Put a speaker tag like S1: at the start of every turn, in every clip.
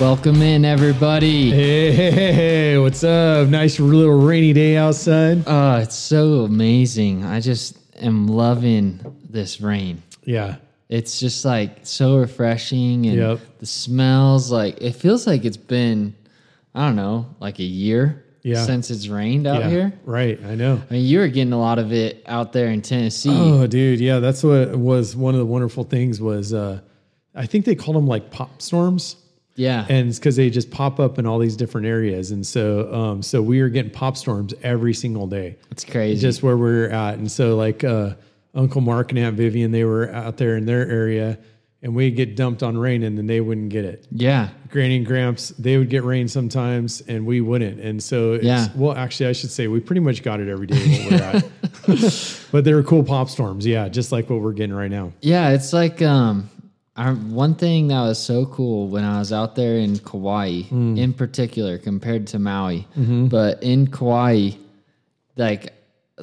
S1: Welcome in, everybody.
S2: Hey, hey, hey, hey, what's up? Nice little rainy day outside.
S1: Oh, it's so amazing. I just am loving this rain.
S2: Yeah.
S1: It's just like so refreshing, and
S2: Yep.
S1: the smells like it feels like it's been, I don't know, like a year
S2: Yeah.
S1: since it's rained out
S2: yeah.
S1: here.
S2: Right. I know.
S1: I mean, you were getting a lot of it out there in Tennessee.
S2: Oh, dude. Yeah. That's what was one of the wonderful things was uh, I think they called them like pop storms.
S1: yeah,
S2: And it's because they just pop up in all these different areas. And so um, so we were getting pop storms every single day.
S1: it's crazy.
S2: just where we are at. And so like uh, Uncle Mark and Aunt Vivian, they were out there in their area and we'd get dumped on rain and then they wouldn't get it.
S1: yeah,
S2: Granny and Gramps, they would get rain sometimes and we wouldn't. And so, it's,
S1: Yeah.
S2: well, actually, I should say we pretty much got it every day. What we're at. but they were cool pop storms. Yeah, just like what we're getting right now.
S1: Yeah, it's like um, I, one thing that was so cool when I was out there in Kauai, in particular, compared to Maui. But in Kauai, like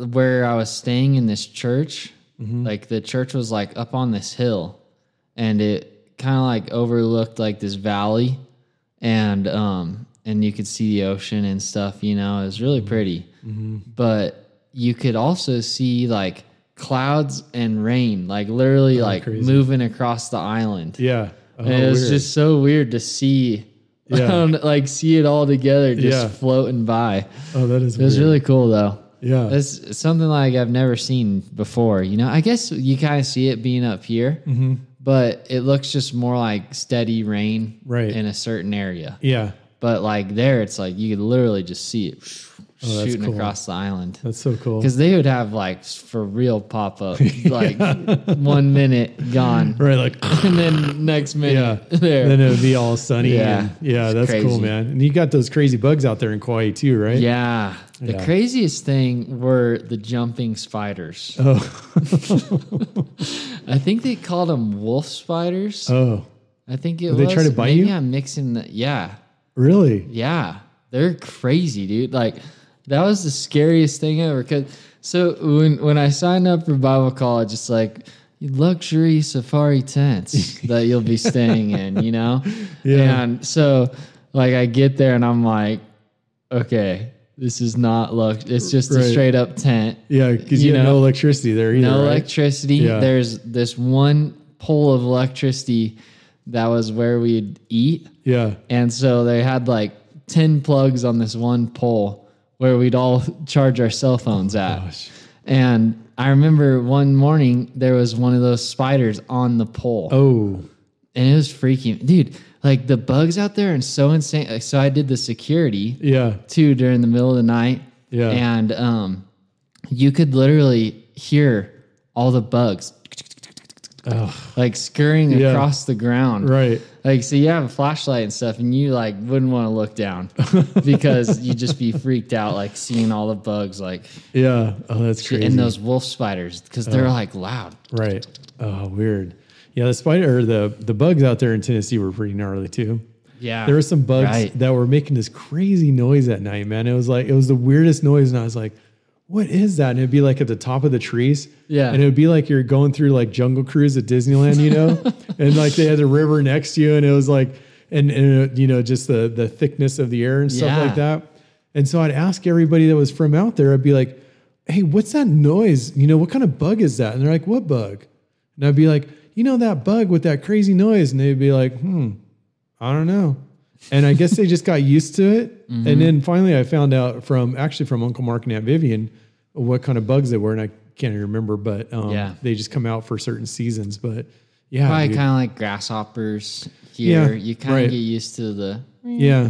S1: where I was staying in this church,
S2: Mm-hmm.
S1: like the church was like up on this hill, and it kind of like overlooked like this valley, and um, and you could see the ocean and stuff. You know, it was really
S2: Mm-hmm.
S1: pretty but you could also see like clouds and rain, like literally like
S2: Oh, crazy.
S1: moving across the island.
S2: Yeah. Oh,
S1: And it was
S2: weird.
S1: just so weird to see, um,
S2: Yeah.
S1: like see it all together, just
S2: Yeah.
S1: floating by.
S2: oh, that is
S1: It was
S2: weird.
S1: really cool though.
S2: yeah.
S1: It's something like I've never seen before. You know, I guess you kind of see it being up here,
S2: Mm-hmm.
S1: but it looks just more like steady rain
S2: Right.
S1: in a certain area.
S2: yeah.
S1: But like there, it's like you could literally just see it
S2: Oh, that's
S1: shooting
S2: cool.
S1: across the island
S2: That's so cool.
S1: because they would have like s- for real pop up like one minute gone
S2: Right. Like,
S1: and then next
S2: yeah.
S1: minute there
S2: Then it would be all sunny.
S1: Yeah.
S2: and- yeah.
S1: It's
S2: That's cool,
S1: crazy.
S2: man. And you got those crazy bugs out there in Kauai too, right?
S1: yeah the
S2: Yeah.
S1: craziest thing were the jumping spiders
S2: Oh,
S1: i think they called them wolf spiders
S2: oh,
S1: i think it
S2: Did they
S1: was
S2: try to bite
S1: Maybe
S2: you?
S1: i'm mixing the yeah
S2: really?
S1: Yeah, they're crazy, dude. Like that was the scariest thing ever. Cause so when when I signed up for Bible college, it's like luxury safari tents that you'll be staying in, you know.
S2: Yeah.
S1: And so like I get there and I'm like, okay, this is not lux. It's just a
S2: Right.
S1: straight up tent.
S2: Yeah. Because you,
S1: You
S2: have
S1: know,
S2: no electricity there either.
S1: No
S2: right?
S1: electricity.
S2: Yeah.
S1: There's this one pole of electricity that was where we'd eat.
S2: Yeah.
S1: And so they had like 10 plugs on this one pole where we'd all charge our cell phones at.
S2: Oh, gosh.
S1: And I remember one morning there was one of those spiders on the pole.
S2: Oh,
S1: And it was freaking, dude, like the bugs out there and so insane. Like, So I did the security
S2: yeah.
S1: too during the middle of the night.
S2: Yeah.
S1: And um, you could literally hear all the bugs like scurrying
S2: Yeah.
S1: across the ground.
S2: Right.
S1: Like, so you have a flashlight and stuff, and you like wouldn't want to look down because you'd just be freaked out, like seeing all the bugs, like
S2: Yeah. Oh, that's crazy. Uh.
S1: and those wolf spiders because they're like loud.
S2: Right. Oh, weird. Yeah, the spider or the the bugs out there in Tennessee were pretty gnarly too.
S1: Yeah,
S2: There were some bugs
S1: Right.
S2: that were making this crazy noise at night, man. It was like it was the weirdest noise, and I was like, "What is that?" And it'd be like at the top of the trees.
S1: Yeah.
S2: And it would be like you're going through like jungle cruise at Disneyland, you know, and like they had the river next to you, and it was like, and, and uh, you know, just the the thickness of the air and stuff like
S1: Yeah.
S2: that. And so I'd ask everybody that was from out there, I'd be like, hey, what's that noise? You know, what kind of bug is that? And they're like, what bug? And I'd be like, you know, that bug with that crazy noise. And they'd be like, hmm, I don't know. And I guess they just got used to it.
S1: Mm-hmm.
S2: And then finally I found out from actually from Uncle Mark and Aunt Vivian what kind of bugs they were. And I can't even remember, but um,
S1: Yeah.
S2: they just come out for certain seasons. But yeah.
S1: probably
S2: dude.
S1: kind of like grasshoppers here.
S2: Yeah,
S1: you kind of
S2: right.
S1: get used to the
S2: yeah.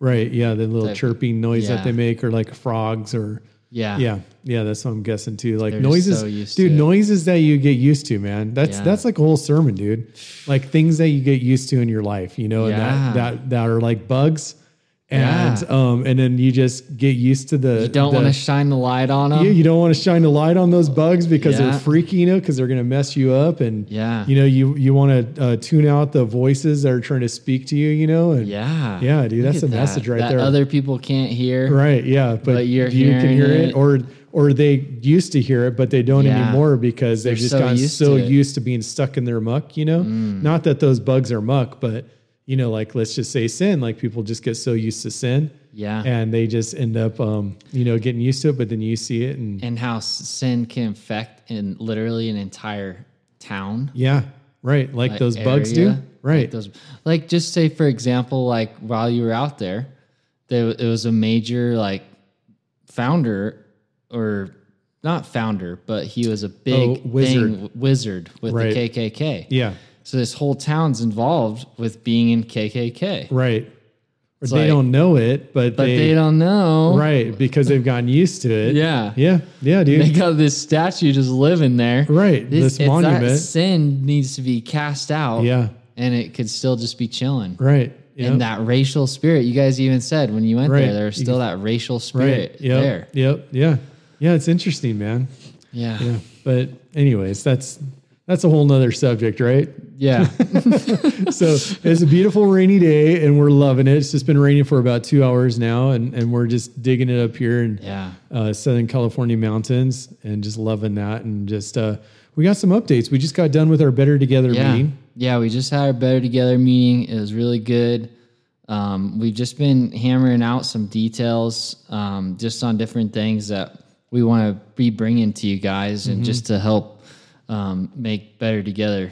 S2: Right. Yeah. The little
S1: Type-
S2: chirping noise
S1: yeah.
S2: that they make or like frogs or
S1: yeah,
S2: Yeah, yeah, that's what I'm guessing too. Like
S1: just
S2: noises,
S1: so used
S2: dude.
S1: to it.
S2: Noises that you get used to, man. That's
S1: Yeah.
S2: that's like a whole sermon, dude. Like things that you get used to in your life, you know,
S1: Yeah.
S2: and that, that that are like bugs, and
S1: Yeah.
S2: um, and then you just get used to the.
S1: You don't
S2: the-
S1: want to shine the light on them.
S2: yeah, you don't want to shine a light on those bugs because
S1: Yeah.
S2: they're freaky, you know, because they're gonna mess you up, and
S1: Yeah.
S2: you know, you you want to uh, tune out the voices that are trying to speak to you, you know, and
S1: yeah,
S2: Yeah, dude,
S1: Look
S2: that's
S1: at
S2: a message right
S1: that
S2: there.
S1: Other people can't hear.
S2: Right. Yeah. But,
S1: But you're
S2: you can
S1: hearing
S2: hear it.
S1: it.
S2: or or they used to hear it, but they don't
S1: Yeah.
S2: anymore because they've just
S1: so
S2: gotten
S1: used to
S2: so
S1: it. Mm.
S2: used to being stuck in their muck. You know, not that those bugs are muck, but you know, like let's just say sin. Like people just get so used to sin
S1: Yeah.
S2: and they just end up, um, you know, getting used to it. But then you see it and
S1: and how s- sin can affect in literally an entire town.
S2: yeah, right. Like,
S1: like,
S2: those bugs
S1: area.
S2: do.
S1: Like
S2: Right.
S1: those, like just say for example, like while you were out there, there it was a major like founder or not founder, but he was a big
S2: Oh, wizard.
S1: thing wizard with
S2: Right.
S1: the KKK.
S2: yeah.
S1: So this whole town's involved with being in KKK,
S2: Right. Or they
S1: like-
S2: don't know it, but,
S1: but
S2: they,
S1: they, don't know.
S2: right because they've gotten used to it.
S1: Yeah.
S2: Yeah. Yeah, dude.
S1: They got this statue just living there.
S2: Right, this
S1: This, if That
S2: monument.
S1: sin needs to be cast out.
S2: Yeah.
S1: And it could still just be chilling.
S2: Right. Yeah.
S1: and that racial spirit. You guys even said when you went
S2: Right.
S1: there, there was
S2: You-
S1: still that racial
S2: right.
S1: spirit
S2: Yep.
S1: there.
S2: Yep. Yeah. Yeah. It's interesting, man.
S1: Yeah.
S2: Yeah. But anyways, that's that's a whole nother subject, right?
S1: Yeah.
S2: So it's a beautiful rainy day and we're loving it. It's just been raining for about two hours now and, and we're just digging it up here in
S1: Yeah.
S2: uh, Southern California mountains and just loving that. And just, uh, we got some updates. We just got done with our Better Together
S1: yeah.
S2: meeting.
S1: Yeah, We just had our better together meeting. It was really good. Um, we've just been hammering out some details um, just on different things that we want to be bringing to you guys
S2: Mm-hmm.
S1: and just to help um, make better together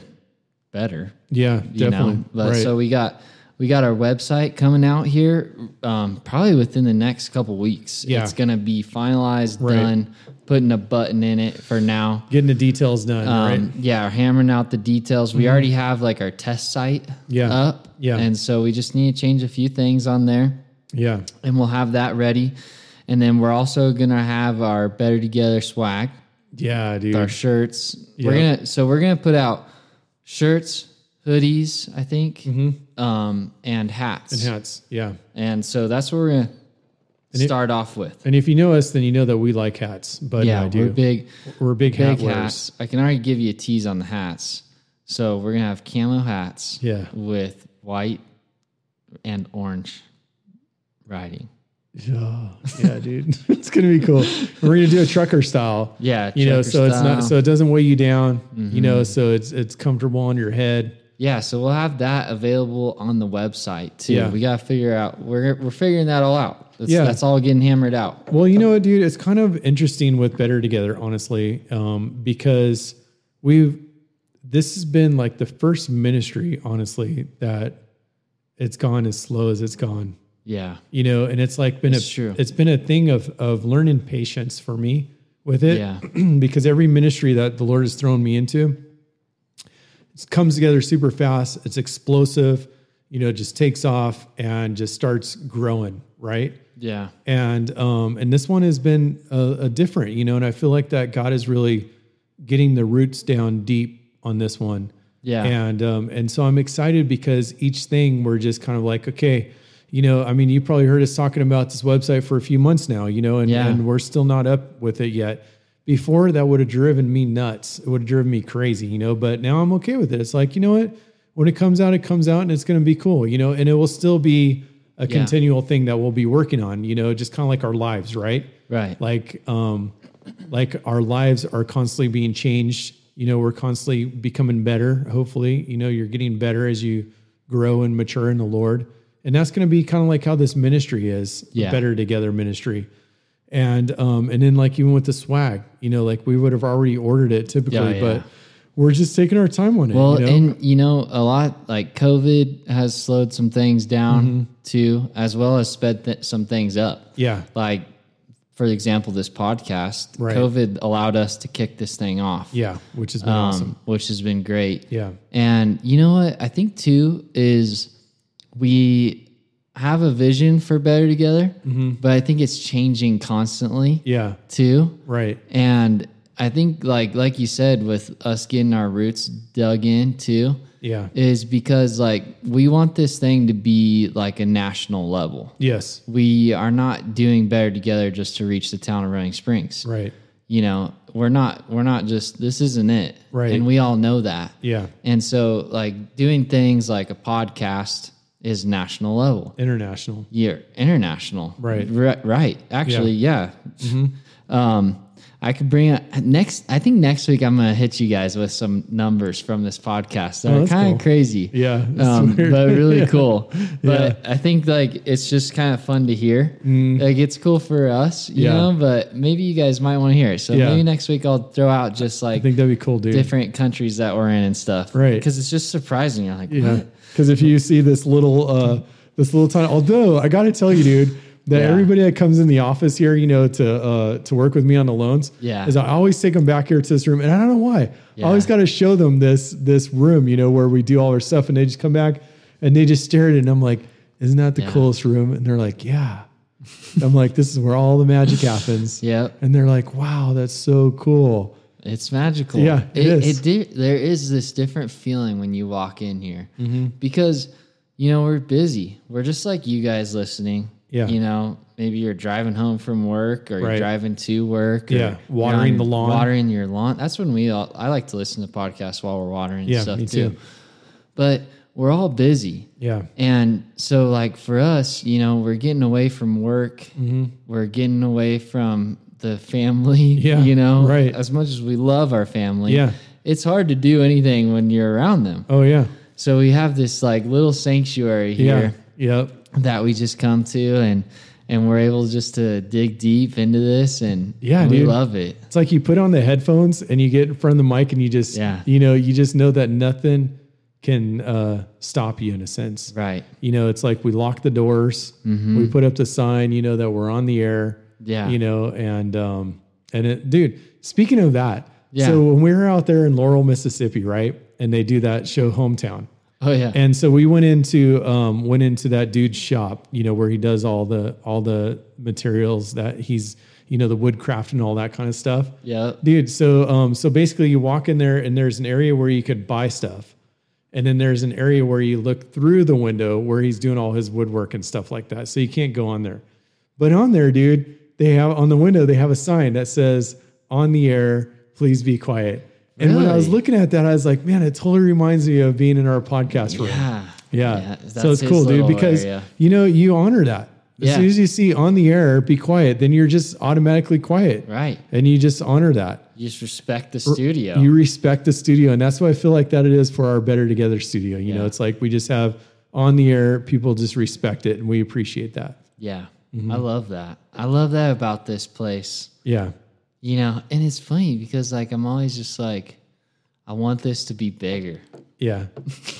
S1: better.
S2: Yeah,
S1: you
S2: definitely.
S1: know. But
S2: right.
S1: so we got we got our website coming out here um, probably within the next couple weeks.
S2: Yeah.
S1: It's gonna be finalized,
S2: Right.
S1: done, putting a button in it for now.
S2: Getting the details done,
S1: Um,
S2: right? Mm-hmm.
S1: Yeah, we're hammering out the details. We already have like our test site
S2: Yeah.
S1: up,
S2: Yeah.
S1: and so we just need to change a few things on there,
S2: Yeah.
S1: and we'll have that ready. And then we're also gonna have our Better Together swag
S2: Yeah, dude.
S1: our shirts. We're
S2: Yeah.
S1: gonna so we're gonna put out shirts, hoodies, I think,
S2: Mm-hmm.
S1: um, and hats. And,
S2: Hats. Yeah.
S1: so that's what we're gonna start off with.
S2: And if you know us, then you know that we like hats. But
S1: Yeah,
S2: I
S1: we're
S2: do.
S1: big,
S2: We're big, hat
S1: big
S2: wearers.
S1: hats. I can already give you a tease on the hats. So we're gonna have camo hats,
S2: Yeah.
S1: with white and orange writing.
S2: Yeah, yeah, dude, it's gonna be cool. We're gonna do a trucker style.
S1: Yeah,
S2: you know,
S1: trucker
S2: so it's not
S1: style. Mm-hmm.
S2: so it doesn't weigh you down. You know, so it's it's comfortable on your head.
S1: Yeah, so we'll have that available on the website too.
S2: Yeah.
S1: We gotta figure out we're we're figuring that all out. That's,
S2: Yeah.
S1: that's all getting hammered out.
S2: Well, you know what, dude, it's kind of interesting with Better Together, honestly, um, because we've this has been like the first ministry, honestly, that it's gone as slow as it's gone.
S1: Yeah.
S2: you know and it's like been
S1: It's
S2: a
S1: true.
S2: it's been a thing of of learning patience for me with it
S1: Yeah.
S2: because every ministry that the lord has thrown me into it comes together super fast it's explosive you know it just takes off and just starts growing right
S1: Yeah.
S2: and um and this one has been a, a different you know and i feel like that god is really getting the roots down deep on this one
S1: Yeah.
S2: and um and so i'm excited because each thing we're just kind of like okay you know i mean you probably heard us talking about this website for a few months now you know and,
S1: Yeah.
S2: and we're still not up with it yet before that would have driven me nuts it would have driven me crazy you know but now i'm okay with it it's like you know what when it comes out it comes out and it's going to be cool you know and it will still be a
S1: Yeah.
S2: continual thing that we'll be working on you know just kind of like our lives right
S1: Right.
S2: like um like our lives are constantly being changed you know we're constantly becoming better hopefully you know you're getting better as you grow and mature in the lord and that's going to be kind of like how this ministry is the
S1: Yeah.
S2: better together ministry and um and then like even with the swag you know like we would have already ordered it typically
S1: Yeah, yeah.
S2: but we're just taking our time on it
S1: well,
S2: you know?
S1: and you know, a lot like COVID has slowed some things down
S2: Mm-hmm.
S1: too, as well as sped th- some things up.
S2: yeah
S1: Like, for example, this podcast,
S2: Right.
S1: COVID allowed us to kick this thing off.
S2: yeah which has been
S1: um,
S2: awesome
S1: which has been great.
S2: yeah
S1: And you know what? I think too is we have a vision for better together, but I think it's changing constantly
S2: Mm-hmm. yeah
S1: too.
S2: right
S1: And I think like like you said with us getting our roots dug in too
S2: yeah
S1: is because like we want this thing to be like a national level.
S2: yes
S1: We are not doing better together just to reach the town of Running Springs.
S2: right
S1: You know, we're not we're not just this isn't it.
S2: Right.
S1: And we all know that.
S2: yeah
S1: And so like doing things like a podcast is national level
S2: international
S1: year international
S2: Right. Mm-hmm.
S1: Ri- right actually yeah um I could bring up next. I think next week I'm gonna hit you guys with some numbers from this podcast that
S2: Oh,
S1: are
S2: that's
S1: kind of
S2: cool.
S1: crazy.
S2: Yeah, that's
S1: um,
S2: weird.
S1: but really
S2: Yeah.
S1: cool. But I think like it's just kind of fun to hear. Like it's cool for us, you
S2: Mm. Yeah.
S1: know. But maybe you guys might want to hear it. So
S2: Yeah.
S1: maybe next week I'll throw out just like
S2: I think that'd be cool, dude.
S1: different countries that we're in and stuff.
S2: Right.
S1: Because it's just surprising. You're like,
S2: Yeah.
S1: what?
S2: Because if you see this little, uh, this little tiny, although I got to tell you, dude, that
S1: Yeah.
S2: everybody that comes in the office here, you know, to, uh, to work with me on the loans
S1: Yeah.
S2: is I always take them back here to this room and I don't know why I always
S1: Yeah.
S2: got to show them this, this room, you know, where we do all our stuff and they just come back and they just stare at it and I'm like, isn't that the
S1: Yeah.
S2: coolest room? And they're like, yeah, I'm like, this is where all the magic happens.
S1: Yep.
S2: And they're like, wow, that's so cool.
S1: It's magical.
S2: Yeah, it is.
S1: It di- there is this different feeling when you walk in here
S2: Mm-hmm.
S1: because you know we're busy. We're just like you guys listening.
S2: Yeah.
S1: You know, maybe you're driving home from work or
S2: Right.
S1: you're driving to work. or
S2: Yeah,
S1: you're
S2: watering the lawn.
S1: Watering your lawn. That's when we all. I like to listen to podcasts while we're watering. and
S2: Yeah,
S1: stuff
S2: me
S1: too.
S2: too.
S1: But we're all busy.
S2: Yeah.
S1: And so, like for us, you know, we're getting away from work.
S2: Mm-hmm.
S1: We're getting away from the family.
S2: Yeah,
S1: You know,
S2: right.
S1: As much as we love our family,
S2: Yeah.
S1: it's hard to do anything when you're around them.
S2: Oh yeah.
S1: So we have this like little sanctuary
S2: Yeah.
S1: here
S2: Yep.
S1: that we just come to, and and we're able just to dig deep into this, and
S2: Yeah,
S1: we
S2: dude.
S1: love it.
S2: It's like you put on the headphones and you get in front of the mic and you just,
S1: Yeah.
S2: you know, you just know that nothing can uh, stop you in a sense.
S1: Right. Mm-hmm.
S2: You know, it's like we lock the doors, we put up the sign, you know, that we're on the air.
S1: Yeah.
S2: You know, and um, and it, dude, speaking of that,
S1: Yeah.
S2: so when we were out there in Laurel, Mississippi, right, and they do that show, Hometown.
S1: Oh yeah.
S2: And so we went into um, went into that dude's shop, you know, where he does all the all the materials that he's, you know, the woodcraft and all that kind of stuff.
S1: yep.
S2: Dude, so um, so basically you walk in there and there's an area where you could buy stuff. And then there's an area where you look through the window where he's doing all his woodwork and stuff like that. So you can't go on there. But on there, dude, they have on the window, they have a sign that says, on the air, please be quiet. And when I was
S1: Really?
S2: looking at that, I was like, man, it totally reminds me of being in our podcast room.
S1: Yeah.
S2: Yeah.
S1: that's
S2: so it's
S1: his
S2: cool, dude,
S1: little
S2: because
S1: area.
S2: you know, you honor that. As
S1: Yeah.
S2: soon as you see on the air, be quiet, then you're just automatically quiet.
S1: right,
S2: And you just honor that.
S1: you just respect the studio.
S2: You respect the studio. And that's what I feel like that it is for our Better Together studio. You know,
S1: Yeah.
S2: it's like we just have on the air, people just respect it and we appreciate that.
S1: Yeah.
S2: Mm-hmm.
S1: I love that. I love that about this place.
S2: Yeah.
S1: You know, and it's funny because like I'm always just like I want this to be bigger.
S2: Yeah.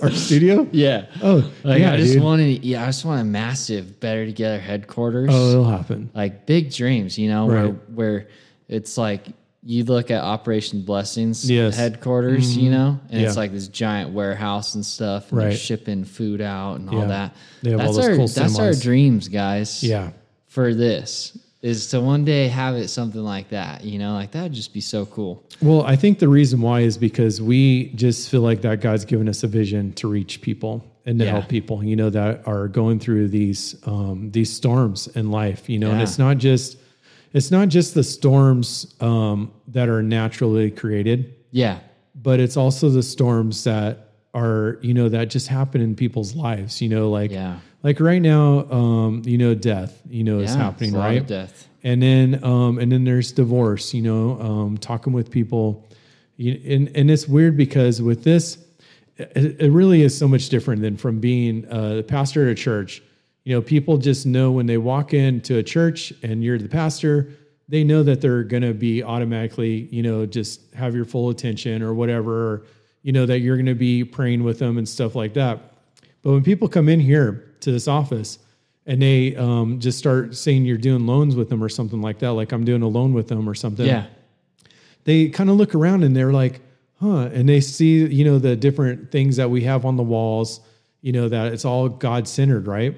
S2: our studio?
S1: Yeah.
S2: Oh,
S1: Like
S2: yeah,
S1: I just
S2: dude.
S1: want to yeah, I just want a massive better together headquarters.
S2: oh, it'll happen.
S1: Like big dreams, you know, where
S2: Right.
S1: where it's like you look at Operation Blessings
S2: Yes. Mm-hmm.
S1: headquarters, you know, and it's
S2: Yeah.
S1: like this giant warehouse and stuff, and they're
S2: Right.
S1: shipping food out and all
S2: Yeah.
S1: that.
S2: They have all
S1: that's
S2: those
S1: our
S2: cool
S1: that's our
S2: semis.
S1: dreams, guys.
S2: Yeah.
S1: for this is to one day have it something like that you know like that would just be so cool
S2: Well, I think the reason why is because we just feel like that God's given us a vision to reach people and to
S1: Yeah.
S2: help people, you know, that are going through these um, these storms in life, you know, and
S1: Yeah.
S2: it's not just it's not just the storms um, that are naturally created,
S1: yeah
S2: but it's also the storms that are you know that just happen in people's lives, you know, like
S1: Yeah.
S2: like right now, um, you know, death, you know,
S1: yeah
S2: is happening,
S1: it's a lot
S2: right?
S1: of death
S2: and then um, and then there's divorce you know um, talking with people you, and, and it's weird because with this it, it really is so much different than from being uh, the pastor at a church you know people just know when they walk into a church and you're the pastor they know that they're going to be automatically you know just have your full attention or whatever or, you know that you're going to be praying with them and stuff like that but when people come in here to this office and they um, just start saying you're doing loans with them or something like that, like I'm doing a loan with them or something,
S1: yeah
S2: they kind of look around and they're like, huh. And they see, you know, the different things that we have on the walls, you know, that it's all God centered, right?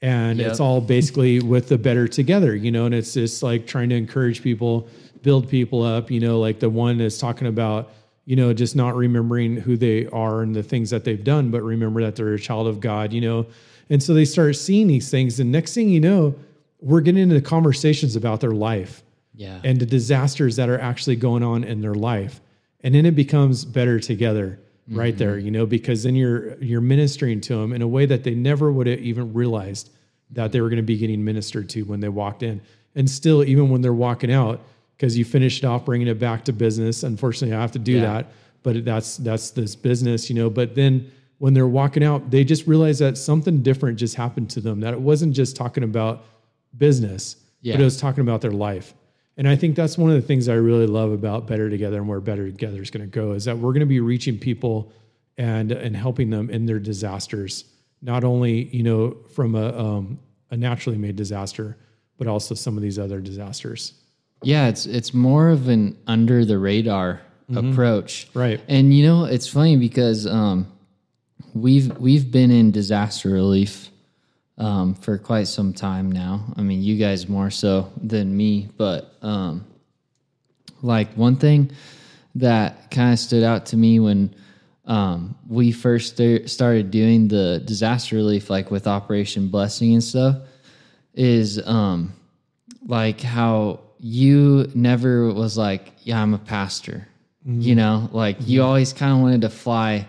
S2: And
S1: Yep.
S2: it's all basically with the better together, you know, and it's just like trying to encourage people, build people up, you know, like the one that's talking about, you know, just not remembering who they are and the things that they've done, but remember that they're a child of God, you know. And so they start seeing these things. And next thing you know, we're getting into conversations about their life
S1: yeah
S2: and the disasters that are actually going on in their life and then it becomes better together right there you know because then you're you're ministering to them in a way that they never would have even realized that they were going to be getting ministered to when they walked in and still even when they're walking out because you finished off bringing it back to business. Unfortunately, I have to do
S1: Yeah.
S2: that, but that's that's this business, you know. But then when they're walking out, they just realize that something different just happened to them. That it wasn't just talking about business, but
S1: Yeah.
S2: it was talking about their life. And I think that's one of the things I really love about Better Together and where Better Together is going to go is that we're going to be reaching people and and helping them in their disasters, not only you know from a um, a naturally made disaster, but also some of these other disasters.
S1: Yeah, it's it's more of an under the radar approach.
S2: Mm-hmm. Right.
S1: And you know, it's funny because um we've we've been in disaster relief um for quite some time now. I mean, you guys more so than me, but um like one thing that kind of stood out to me when um, we first sta- started doing the disaster relief, like with Operation Blessing and stuff, is um, like how you never was like, yeah, I'm a pastor. You know, like you always kind of wanted to fly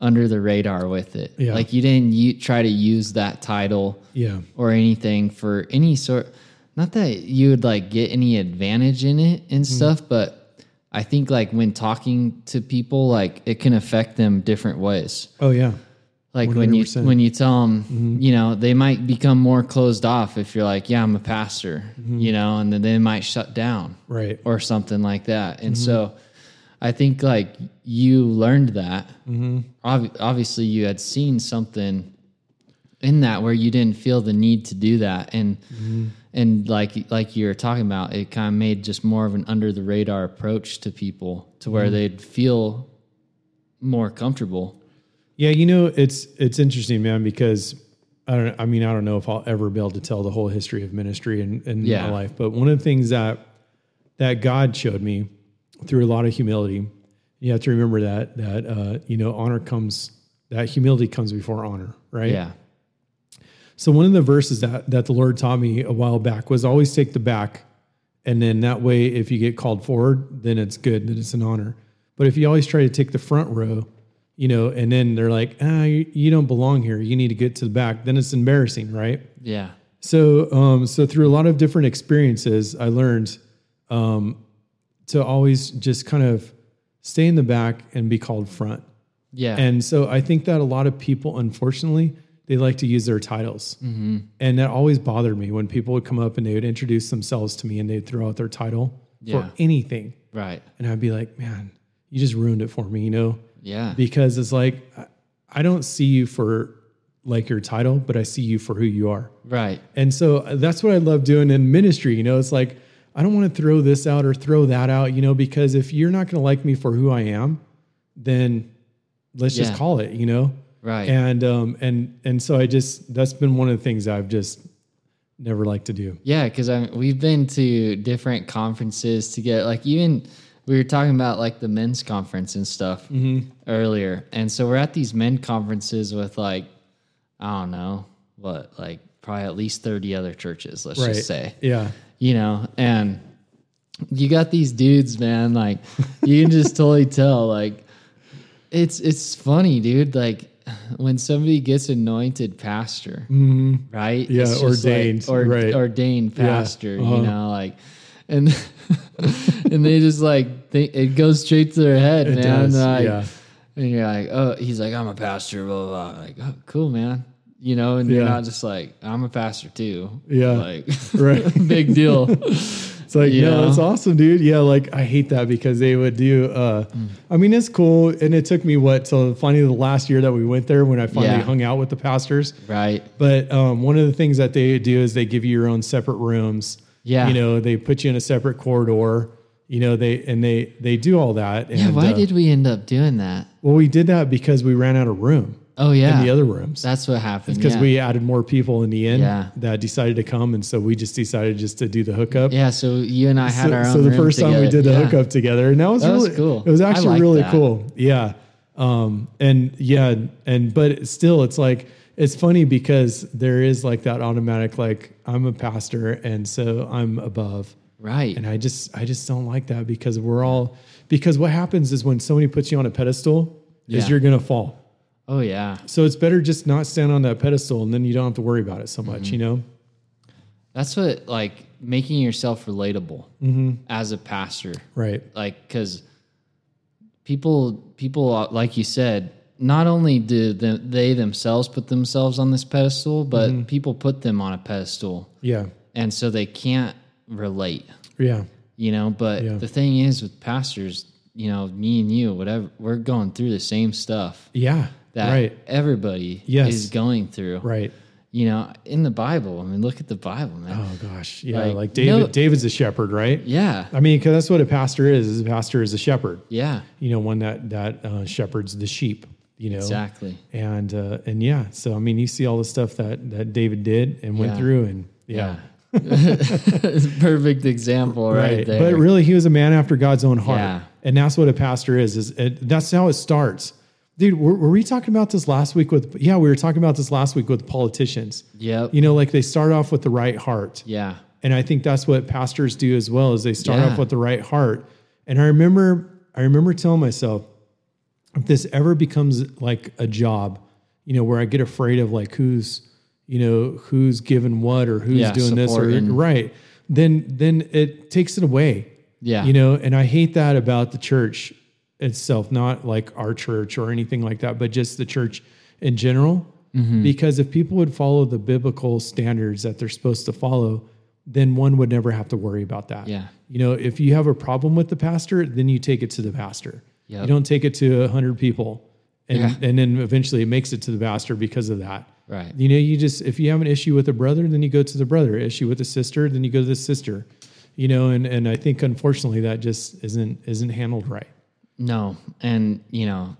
S1: under the radar with it.
S2: Yeah.
S1: Like you didn't u- try to use that title
S2: Yeah,
S1: or anything for any sort not that you would like get any advantage in it and stuff but i think like when talking to people like it can affect them different ways
S2: Oh yeah.
S1: like when you
S2: 100%.
S1: when you tell them you know they might become more closed off if you're like yeah i'm a pastor you know and then they might shut down
S2: Right.
S1: or something like that. And
S2: Mm-hmm.
S1: so I think like you learned that.
S2: Mm-hmm.
S1: Ob- obviously, you had seen something in that where you didn't feel the need to do that, and
S2: Mm-hmm.
S1: and like like you were talking about, it kind of made just more of an under the radar approach to people to
S2: Mm-hmm.
S1: where they'd feel more comfortable.
S2: Yeah, you know, it's it's interesting, man, because I don't I mean, I don't know if I'll ever be able to tell the whole history of ministry and in,
S1: Yeah.
S2: my life, but one of the things that that God showed me through a lot of humility, you have to remember that that uh, you know, honor comes that humility comes before honor, right?
S1: Yeah,
S2: So one of the verses that that the Lord taught me a while back was always take the back, and then that way, if you get called forward, then it's good, then it's an honor. But if you always try to take the front row, you know, and then they're like, ah, you, you don't belong here. You need to get to the back. Then it's embarrassing, right?
S1: yeah,
S2: So, um, so through a lot of different experiences, I learned um, to always just kind of stay in the back and be called front.
S1: yeah,
S2: And so I think that a lot of people, unfortunately, they like to use their titles. And that always bothered me when people would come up and they would introduce themselves to me and they'd throw out their title
S1: Yeah.
S2: for anything.
S1: right,
S2: And I'd be like, man, you just ruined it for me, you know?
S1: yeah,
S2: Because it's like, I- I don't see you for like your title, but I see you for who you are.
S1: right,
S2: And so uh, that's what I love doing in ministry. You know, it's like, I don't want to throw this out or throw that out, you know, because if you're not going to like me for who I am, then let's just
S1: Yeah.
S2: call it, you know?
S1: right.
S2: And, um, and, and so I just, that's been one of the things I've just never liked to do.
S1: Yeah, because I mean, we've been to different conferences to get like even we were talking about like the men's conference and stuff earlier, and so we're at these men conferences with like I don't know what like probably at least thirty other churches. Let's just say
S2: Yeah.
S1: you know, and you got these dudes, man, like you can just totally tell like it's it's funny, dude, like when somebody gets anointed pastor, right?
S2: Mm-hmm. Yeah,
S1: It's just like,
S2: ordained,
S1: or,
S2: right.
S1: ordained pastor,
S2: uh-huh.
S1: you know, like and and they just like they, it goes straight to their head, man.
S2: does,
S1: like,
S2: yeah.
S1: And you're like, oh, he's like, I'm a pastor, blah blah. blah. Like, oh, cool, man. You know, and you're
S2: Yeah.
S1: not just like, I'm a pastor too.
S2: Yeah.
S1: like
S2: Right.
S1: big deal.
S2: It's like,
S1: You
S2: yeah,
S1: know?
S2: that's awesome, dude. Yeah, like I hate that because they would do. Uh,
S1: Mm.
S2: I mean, it's cool, and it took me what till finally the last year that we went there when I finally
S1: Yeah.
S2: hung out with the pastors.
S1: right.
S2: But um, one of the things that they do is they give you your own separate rooms.
S1: Yeah.
S2: you know, they put you in a separate corridor. You know, they and they they do all that. And,
S1: Yeah, why
S2: uh,
S1: did we end up doing that?
S2: well we did that because we ran out of room
S1: Oh yeah.
S2: in the other rooms
S1: That's what happened.
S2: because
S1: yeah.
S2: we added more people in the end
S1: Yeah.
S2: that decided to come, and so we just decided just to do the hookup.
S1: Yeah, so you and I had
S2: so,
S1: our own
S2: so the
S1: room
S2: first time we
S1: together.
S2: did the
S1: yeah.
S2: hookup together, and that was
S1: That was
S2: really
S1: cool.
S2: It was
S1: I
S2: actually
S1: like
S2: really
S1: that.
S2: cool. Yeah, um, and yeah, and but it's still, it's like it's funny because there is like that automatic like I'm a pastor, and so I'm above.
S1: Right.
S2: And I just I just don't like that because we're all because what happens is when somebody puts you on a pedestal,
S1: Yeah.
S2: is you're gonna fall.
S1: oh yeah.
S2: So it's better just
S1: Mm-hmm.
S2: not stand on that pedestal, and then you don't have to worry about it so much. You know?
S1: That's what like making yourself relatable
S2: Mm-hmm.
S1: as a pastor,
S2: Right.
S1: like because people people uh, like you said not only do the, they themselves put themselves on this pedestal but
S2: Mm-hmm.
S1: people put them on a pedestal
S2: Yeah.
S1: and so they can't relate
S2: Yeah.
S1: you know but
S2: Yeah.
S1: the thing is with pastors you know me and you whatever we're going through the same stuff
S2: Yeah.
S1: that
S2: Right.
S1: everybody
S2: Yes.
S1: is going through
S2: Right.
S1: you know in the bible i mean look at the bible man
S2: Oh gosh. Yeah. Like,
S1: Like,
S2: David.
S1: no-
S2: David's a shepherd, right?
S1: yeah
S2: I mean, because that's what a pastor is. Is a pastor is a shepherd.
S1: yeah
S2: You know, one that that uh, shepherds the sheep. You know.
S1: exactly
S2: And uh, and yeah. So I mean, you see all the stuff that that David did and went
S1: Yeah.
S2: through, and yeah.
S1: yeah, It's a perfect example right, there
S2: But really, he was a man after God's own heart,
S1: Yeah.
S2: and that's what a pastor is. Is it, that's how it starts, dude? Were, were we talking about this last week with? Yeah, we were talking about this last week with politicians.
S1: Yep.
S2: You know, like they start off with the right heart,
S1: yeah
S2: and I think that's what pastors do as well. Is they start
S1: Yeah.
S2: off with the right heart, and I remember, I remember telling myself, if this ever becomes like a job, you know, where I get afraid of like who's, you know, who's giving what or who's
S1: Yeah,
S2: doing this or
S1: supporting.
S2: right, then then it takes it away.
S1: Yeah.
S2: You know, and I hate that about the church itself, not like our church or anything like that, but just the church in general.
S1: Mm-hmm.
S2: Because if people would follow the biblical standards that they're supposed to follow, then one would never have to worry about that.
S1: Yeah.
S2: You know, if you have a problem with the pastor, then you take it to the pastor.
S1: Yep.
S2: You don't take it to a hundred people. And,
S1: Yeah.
S2: and then eventually it makes it to the pastor because of that.
S1: Right.
S2: You know, you just, if you have an issue with a brother, then you go to the brother. Issue with a sister, then you go to the sister. You know, and, and I think unfortunately that just isn't isn't handled right.
S1: No, and you know,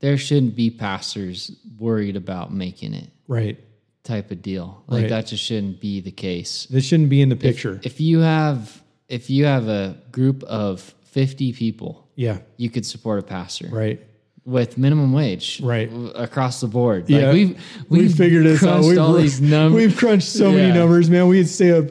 S1: there shouldn't be pastors worried about making it
S2: Right.
S1: type of deal. Like
S2: Right.
S1: that just shouldn't be the case.
S2: This shouldn't be in the picture.
S1: If you have if you have a group of 50 people,
S2: yeah.
S1: you could support a pastor
S2: Right.
S1: with minimum wage
S2: Right.
S1: w- across the board.
S2: Yeah.
S1: Like we've
S2: we figured this out.
S1: crunched
S2: We've,
S1: all these numbers.
S2: we've crunched so many
S1: Yeah.
S2: numbers, man. We'd stay up,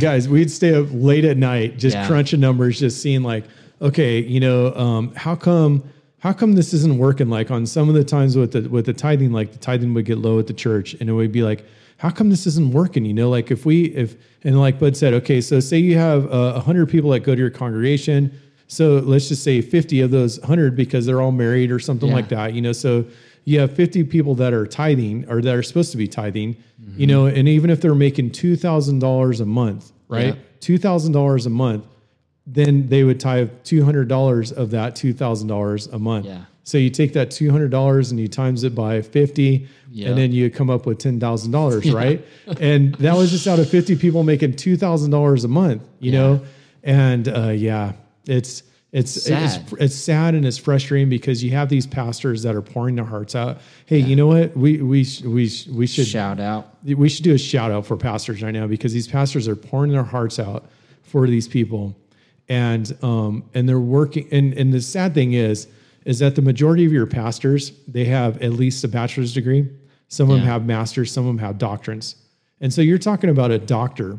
S2: guys. We'd stay up late at night just
S1: Yeah.
S2: crunching numbers, just seeing like, okay, you know, um, how come? How come this isn't working? Like on some of the times with the with the tithing, like the tithing would get low at the church, and it would be like, how come this isn't working? You know, like if we if and like Bud said, okay, so say you have uh, hundred people that go to your congregation, so let's just say fifty of those hundred because they're all married or something
S1: Yeah.
S2: like that that, you know so you have 50 people that are tithing or that are supposed to be tithing
S1: Mm-hmm.
S2: you know and even if they're making $2000 a month
S1: Yeah.
S2: right $2000 a month then they would tithe $200 of that $2000 a month
S1: Yeah.
S2: so you take that $200 and you times it by 50
S1: Yeah.
S2: and then you come up with $10,000 right and that was just out of 50 people making $2000 a month you know and uh, yeah it's it's it's
S1: Sad.
S2: it's sad and it's frustrating because you have these pastors that are pouring their hearts out. Hey, you know what? We we sh- we sh- we should
S1: Shout out.
S2: we should do a shout out for pastors right now because these pastors are pouring their hearts out for these people, and um and they're working. And and the sad thing is is that the majority of your pastors they have at least a bachelor's degree. Some of them
S1: Yeah.
S2: have masters. Some of them have doctrines. And so you're talking about a doctor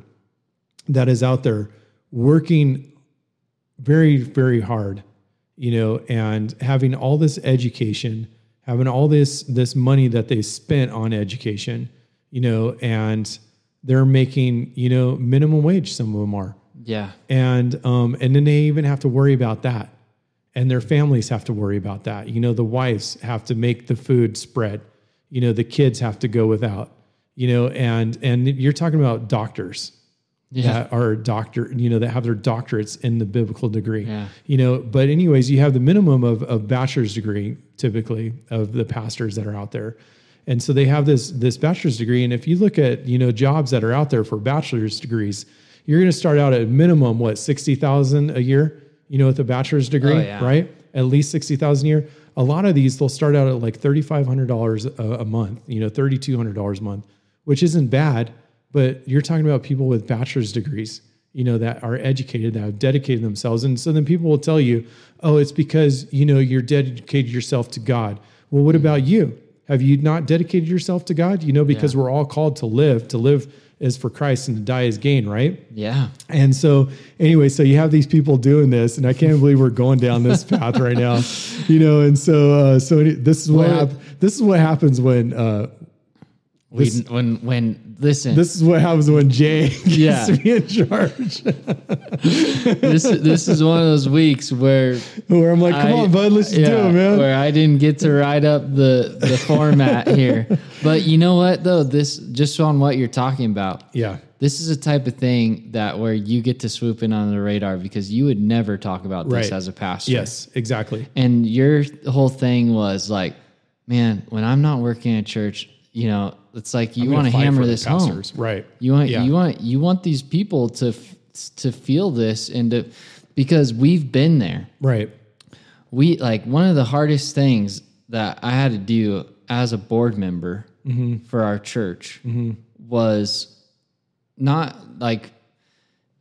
S2: that is out there working very very hard you know and having all this education having all this this money that they spent on education you know and they're making you know minimum wage some of them are
S1: Yeah.
S2: and um and then they even have to worry about that and their families have to worry about that you know the wives have to make the food spread you know the kids have to go without you know and and you're talking about doctors
S1: Yeah.
S2: that are doctor, you know, that have their doctorates in the biblical degree.
S1: Yeah.
S2: You know, but anyways, you have the minimum of of bachelor's degree typically of the pastors that are out there. And so they have this this bachelor's degree. And if you look at, you know, jobs that are out there for bachelor's degrees, you're gonna start out at minimum what, sixty thousand a year, you know, with a bachelor's degree,
S1: Oh, yeah.
S2: right? At least sixty thousand a year. A lot of these they'll start out at like thirty five hundred dollars a month, you know, thirty two hundred dollars a month, which isn't bad. But you're talking about people with bachelor's degrees, you know, that are educated, that have dedicated themselves, and so then people will tell you, "Oh, it's because you know you're dedicated yourself to God." Well, what
S1: Mm-hmm.
S2: about you? Have you not dedicated yourself to God? You know, because we're all called to live. To live is for Christ, and to die is gain, right?
S1: Yeah.
S2: And so, anyway, so you have these people doing this, and I can't believe we're going down this path right now, you know. And so, uh, so any- this is what
S1: Well-
S2: hap- this is what happens when uh,
S1: We,
S2: This-
S1: when when listen,
S2: This is what happens when Jay gets
S1: Yeah.
S2: to be in charge.
S1: this this is one of those weeks where
S2: Where I'm like, come
S1: I-
S2: on, bud, let's just do
S1: yeah,
S2: it, man.
S1: Where I didn't get to write up the the format here, but you know what though? This just on what you're talking about.
S2: yeah.
S1: This is a type of thing that where you get to swoop in on the radar because you would never talk about this
S2: Right.
S1: as a pastor.
S2: Yes, exactly.
S1: And your whole thing was like, man, when I'm not working at church, you know, it's like you
S2: I'm gonna
S1: want to
S2: fight
S1: hammer
S2: for the
S1: this home.
S2: pastors. Right.
S1: You want
S2: Yeah.
S1: you want you want these people to f- to feel this and to because we've been there.
S2: Right.
S1: We like one of the hardest things that I had to do as a board member
S2: Mm-hmm.
S1: for our church was not like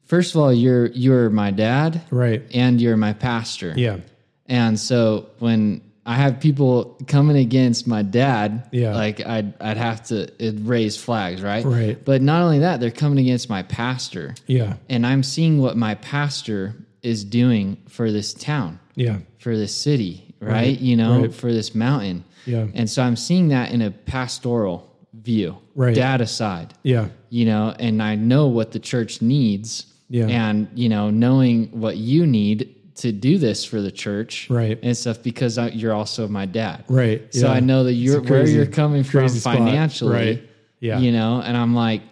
S1: first of all you're you're my dad
S2: Right.
S1: and you're my pastor.
S2: Yeah.
S1: And so when I have people coming against my dad,
S2: Yeah.
S1: like I'd I'd have to it raise flags, right?
S2: Right.
S1: But not only that, they're coming against my pastor.
S2: Yeah.
S1: And I'm seeing what my pastor is doing for this town,
S2: Yeah.
S1: for this city, right? You know,
S2: Right.
S1: for this mountain.
S2: Yeah.
S1: And so I'm seeing that in a pastoral view,
S2: Right.
S1: dad aside
S2: Yeah.
S1: you know, and I know what the church needs.
S2: Yeah.
S1: And, you know, knowing what you need to do this for the church.
S2: Right.
S1: And stuff because I, you're also my dad.
S2: Right.
S1: So
S2: Yeah.
S1: I know that you're
S2: a
S1: where
S2: crazy-
S1: you're coming from
S2: crazy spot.
S1: financially.
S2: Right. Yeah.
S1: You know, and I'm like,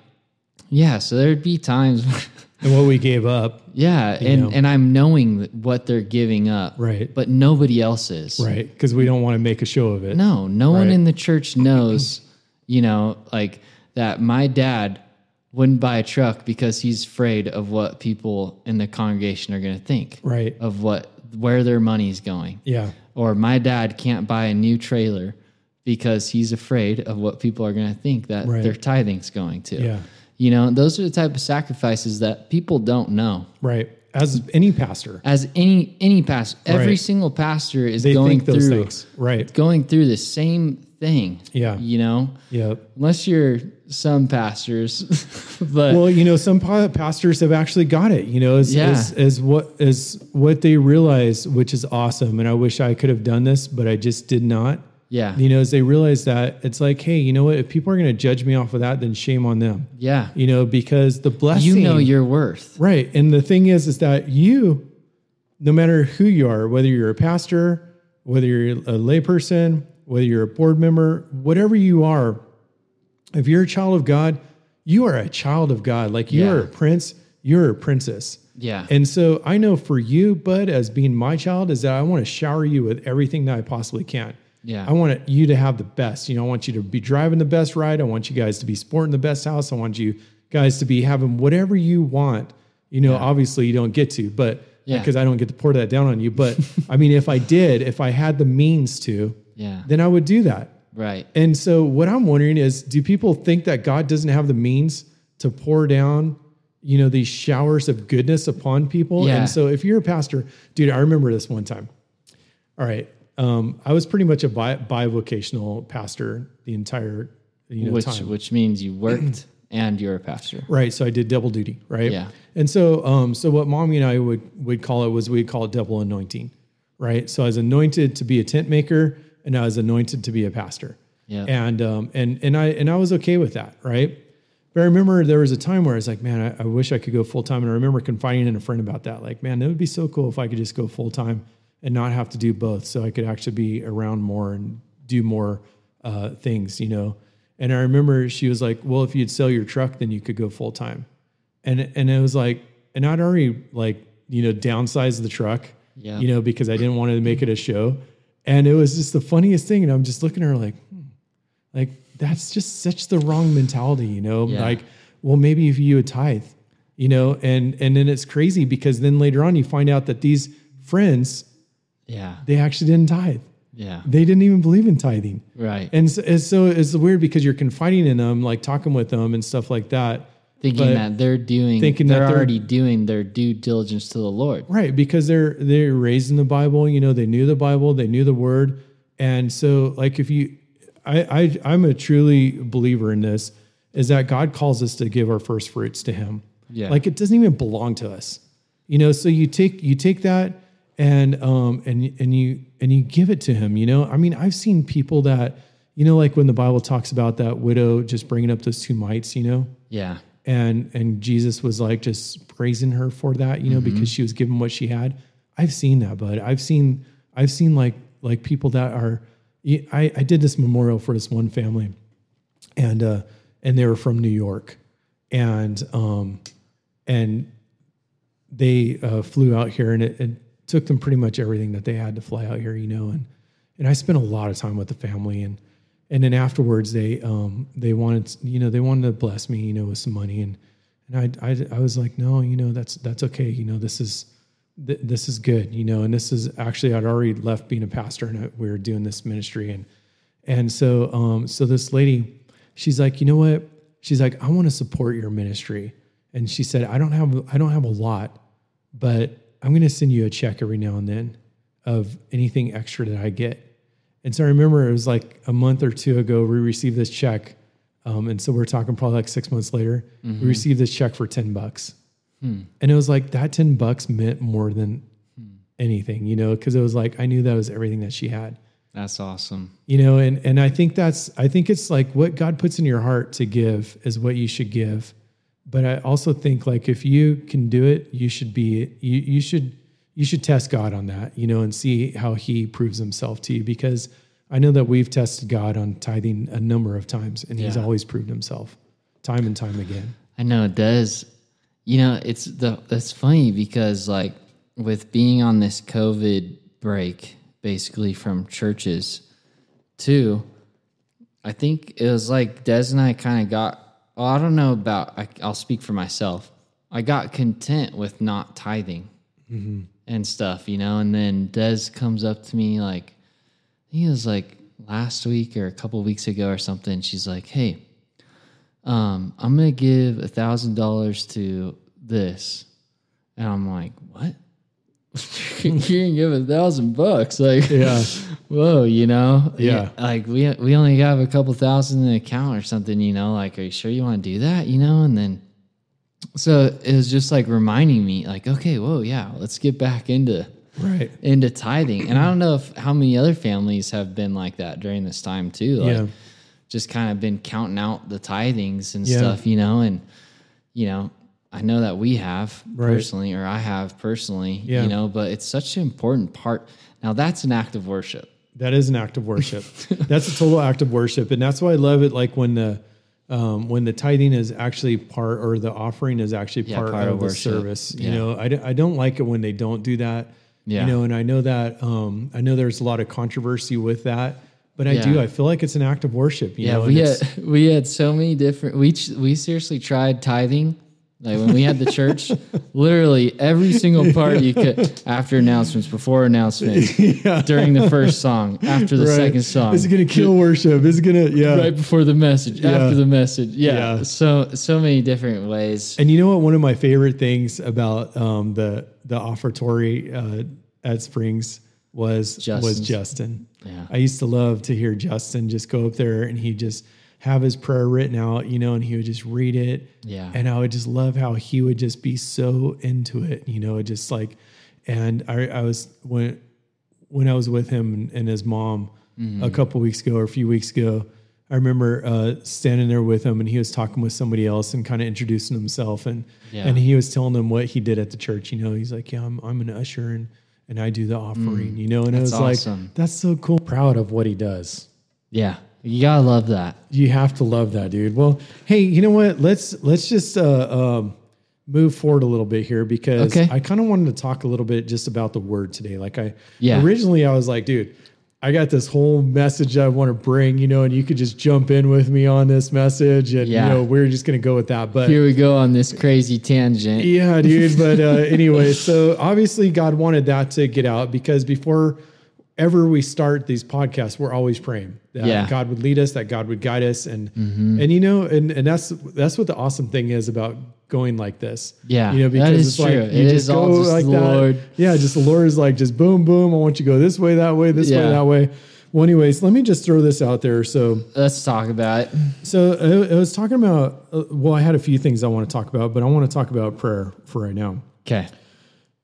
S1: yeah, so there'd be times.
S2: And what we gave up.
S1: yeah. And,
S2: know.
S1: and I'm knowing what they're giving up.
S2: Right.
S1: But nobody else is.
S2: Right. Because we don't want to make a show of it.
S1: No, no one
S2: Right.
S1: in the church knows, you know, like that my dad wouldn't buy a truck because he's afraid of what people in the congregation are going to think
S2: Right.
S1: of what where their money's going.
S2: Yeah.
S1: Or my dad can't buy a new trailer because he's afraid of what people are going to think that
S2: Right.
S1: their tithing's going to.
S2: Yeah.
S1: You know, those are the type of sacrifices that people don't know.
S2: Right. As any pastor,
S1: As any any pastor, every
S2: Right.
S1: single pastor is
S2: they
S1: going
S2: think those
S1: through
S2: things. Right.
S1: going through the same thing.
S2: Yeah.
S1: You know,
S2: Yeah.
S1: unless you're some pastors, but
S2: Well, you know, some pa- pastors have actually got it. You know, is,
S1: Yeah.
S2: is, is what is what they realize, which is awesome. And I wish I could have done this, but I just did not.
S1: yeah,
S2: You know, as they realize that it's like, hey, you know what? If people are going to judge me off of that, then shame on them.
S1: yeah,
S2: You know, because the blessing,
S1: you know your worth.
S2: Right. And the thing is, is that you, no matter who you are, whether you're a pastor, whether you're a layperson, whether you're a board member, whatever you are, if you're a child of God, you are a child of God. Like you
S1: Yeah.
S2: are a prince, you're a princess.
S1: Yeah,
S2: And so I know for you, Bud, as being my child, is that I want to shower you with everything that I possibly can.
S1: Yeah.
S2: I want you to have the best. You know, I want you to be driving the best ride. I want you guys to be sporting the best house. I want you guys to be having whatever you want. You know, obviously you don't get to, but
S1: Yeah.
S2: because I don't get to pour that down on you. But I mean, if I did, if I had the means to,
S1: yeah,
S2: then I would do that.
S1: right.
S2: And so what I'm wondering is do people think that God doesn't have the means to pour down, you know, these showers of goodness upon people?
S1: Yeah.
S2: And so if you're a pastor, dude, I remember this one time. All right. Um, I was pretty much a bi- bivocational pastor the entire you know,
S1: Which
S2: time.
S1: which means you worked and you're a pastor.
S2: Right. So I did double duty. Right.
S1: Yeah.
S2: And so, um, so what mommy and I would would call it was we'd call it double anointing. Right. So I was anointed to be a tent maker, and I was anointed to be a pastor.
S1: Yeah.
S2: And um, and and I and I was okay with that. Right. But I remember there was a time where I was like, man, I, I wish I could go full time. And I remember confiding in a friend about that. Like, man, that would be so cool if I could just go full time and not have to do both, so I could actually be around more and do more uh, things. You know. And I remember she was like, "Well, if you'd sell your truck, then you could go full time." And and it was like, and I'd already like you know downsized the truck,
S1: Yeah.
S2: you know, because I didn't want to make it a show. And it was just the funniest thing. And I'm just looking at her like, hmm, like that's just such the wrong mentality, you know.
S1: Yeah.
S2: Like, well, maybe if you would tithe, you know, and and then it's crazy because then later on you find out that these friends
S1: Yeah,
S2: they actually didn't tithe.
S1: yeah,
S2: They didn't even believe in tithing.
S1: right.
S2: And so, and so it's weird because you're confiding in them, like talking with them and stuff like that.
S1: thinking
S2: but
S1: that they're doing,
S2: thinking that
S1: they're
S2: they're-
S1: already doing their due diligence to the Lord.
S2: Right. Because they're they're raised in the Bible, you know, they knew the Bible, they knew the word. And so like if you I, I I'm a truly believer in this, is that God calls us to give our first fruits to him.
S1: Yeah.
S2: Like it doesn't even belong to us. You know, so you take you take that and um and and you and you give it to him, you know. I mean, I've seen people that, you know, like when the Bible talks about that widow just bringing up those two mites, you know,
S1: Yeah.
S2: and and Jesus was like just praising her for that, you know, because she was given what she had. I've seen that, bud. I've seen I've seen like like people that are. I I did this memorial for this one family, and uh, and they were from New York, and um, and they uh, flew out here, and it, it took them pretty much everything that they had to fly out here, you know, and and I spent a lot of time with the family, and and then afterwards they um they wanted you know they wanted to bless me you know with some money and and I I, I was like no you know that's that's okay you know this is th- this is good you know and this is actually I'd already left being a pastor and I, we were doing this ministry and and so um so this lady she's like you know what she's like I want to support your ministry and she said I don't have I don't have a lot but I'm going to send you a check every now and then of anything extra that I get. And so I remember it was like a month or two ago, we received this check. Um, and so we're talking probably like six months later, we received this check for 10 bucks. And it was like that 10 bucks meant more than anything, you know, because it was like I knew that was everything that she had
S1: That's awesome.
S2: you know and and i think that's i think it's like what god puts in your heart to give is what you should give but i also think like if you can do it you should be you you should you should test god on that you know and see how he proves himself to you because i know that we've tested god on tithing a number of times and he's
S1: Yeah.
S2: always proved himself time and time again
S1: I know it does. You know, it's the it's funny because like with being on this COVID break, basically from churches, too. I think it was like Des and I kind of got. Well, I don't know about. I, I'll speak for myself. I got content with not tithing and stuff, you know. And then Des comes up to me like, he was like last week or a couple weeks ago or something. She's like, "Hey, um, I'm gonna give a thousand dollars to this," and I'm like, "What? you can give a thousand bucks? Like,
S2: Yeah.
S1: whoa, you know?
S2: Yeah.
S1: Like we we only have a couple thousand in the account or something, you know? Like, are you sure you want to do that? You know? And then so it was just like reminding me, like, okay, whoa, yeah, let's get back into
S2: right
S1: into tithing. And I don't know if how many other families have been like that during this time too. Like
S2: Yeah.
S1: just kind of been counting out the tithings and
S2: Yeah.
S1: stuff, you know, and you know, I know that we have
S2: Right.
S1: personally or I have personally,
S2: Yeah.
S1: you know, but it's such an important part. Now that's an act of worship.
S2: That is an act of worship. that's a total act of worship, and that's why I love it. Like when the um, when the tithing is actually part, or the offering is actually part,
S1: part
S2: of,
S1: of
S2: the
S1: worship.
S2: service. You
S1: Yeah.
S2: know, I, d- I don't like it when they don't do that.
S1: Yeah.
S2: You know, and I know that um, I know there's a lot of controversy with that, but I
S1: Yeah.
S2: do. I feel like it's an act of worship. You
S1: Yeah,
S2: know, and
S1: we
S2: it's-
S1: had we had so many different. We ch- we seriously tried tithing. Like when we had the church, literally every single part you could after announcements, before announcements, during the first song, after the
S2: Right.
S1: second song,
S2: It's gonna kill worship. It's gonna yeah.
S1: right before the message, after the message. Yeah,
S2: Yeah.
S1: so so many different ways.
S2: And you know what? One of my favorite things about um, the the offertory uh, at Springs was was
S1: Justin's.
S2: Justin.
S1: Yeah.
S2: I used to love to hear Justin just go up there and he just have his prayer written out, you know, and he would just read it.
S1: Yeah.
S2: And I would just love how he would just be so into it, you know, just like, and I, I was when when I was with him and, and his mom
S1: Mm-hmm.
S2: a couple weeks ago or a few weeks ago, I remember uh, standing there with him and he was talking with somebody else and kind of introducing himself and
S1: Yeah.
S2: and he was telling them what he did at the church. You know, he's like, yeah, I'm I'm an usher and and I do the offering. You know, and I was
S1: Mm. awesome.
S2: like, that's so cool. Proud of what he does.
S1: Yeah, you gotta love that.
S2: You have to love that dude. Well, hey, you know what? Let's let's just uh, um, move forward a little bit here because
S1: Okay.
S2: I kind of wanted to talk a little bit just about the word today. Like I
S1: Yeah.
S2: originally I was like, dude, I got this whole message I want to bring, you know, and you could just jump in with me on this message, and
S1: Yeah.
S2: you know, we're just gonna go with that. But
S1: Here we go on this crazy tangent.
S2: yeah, dude. But uh, anyway, so obviously God wanted that to get out because before ever we start these podcasts, we're always praying that
S1: Yeah. Mm-hmm.
S2: God would lead us, that God would guide us, and and you know, and and that's that's what the awesome thing is about going like this.
S1: Yeah,
S2: you know,
S1: that
S2: because
S1: is
S2: it's
S1: true.
S2: like you
S1: It
S2: just
S1: is
S2: go
S1: all just
S2: like
S1: the
S2: that.
S1: Lord.
S2: Yeah, just the Lord is like just boom, boom. I want you to go this way, that way, this way,
S1: Yeah.
S2: that way. Well, anyways, let me just throw this out there. So.
S1: Let's talk about it.
S2: So I, I was talking about, uh, well, I had a few things I want to talk about, but I want to talk about prayer for right now.
S1: Okay.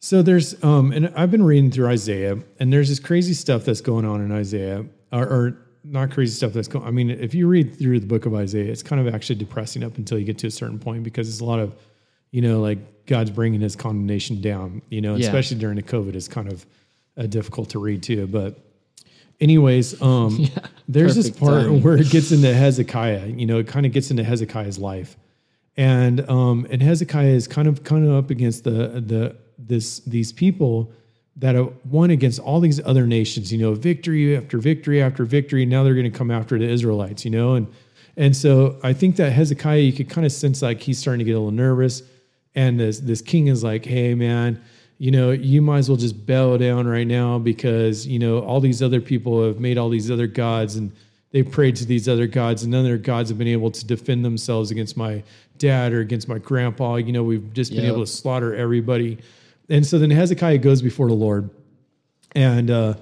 S2: So there's, um, and I've been reading through Isaiah, and there's this crazy stuff that's going on in Isaiah, or, or not crazy stuff that's going. I mean, if you read through the book of Isaiah, it's kind of actually depressing up until you get to a certain point because it's a lot of, you know, like God's bringing His condemnation down. You know,
S1: Yeah.
S2: especially during the COVID, is kind of uh, difficult to read too. But, anyways, um, there's this
S1: perfect
S2: part
S1: timing.
S2: where it gets into Hezekiah. You know, it kind of gets into Hezekiah's life, and um, and Hezekiah is kind of kind of up against the the this these people that have won against all these other nations. You know, victory after victory after victory. Now they're going to come after the Israelites. You know, and and so I think that Hezekiah, you could kind of sense like he's starting to get a little nervous, and this this king is like, hey man. You know, you might as well just bow down right now because, you know, all these other people have made all these other gods and they prayed to these other gods, and none of their gods have been able to defend themselves against my dad or against my grandpa. You know, we've just been
S1: Yep.
S2: able to slaughter everybody. And so then Hezekiah goes before the Lord, and uh,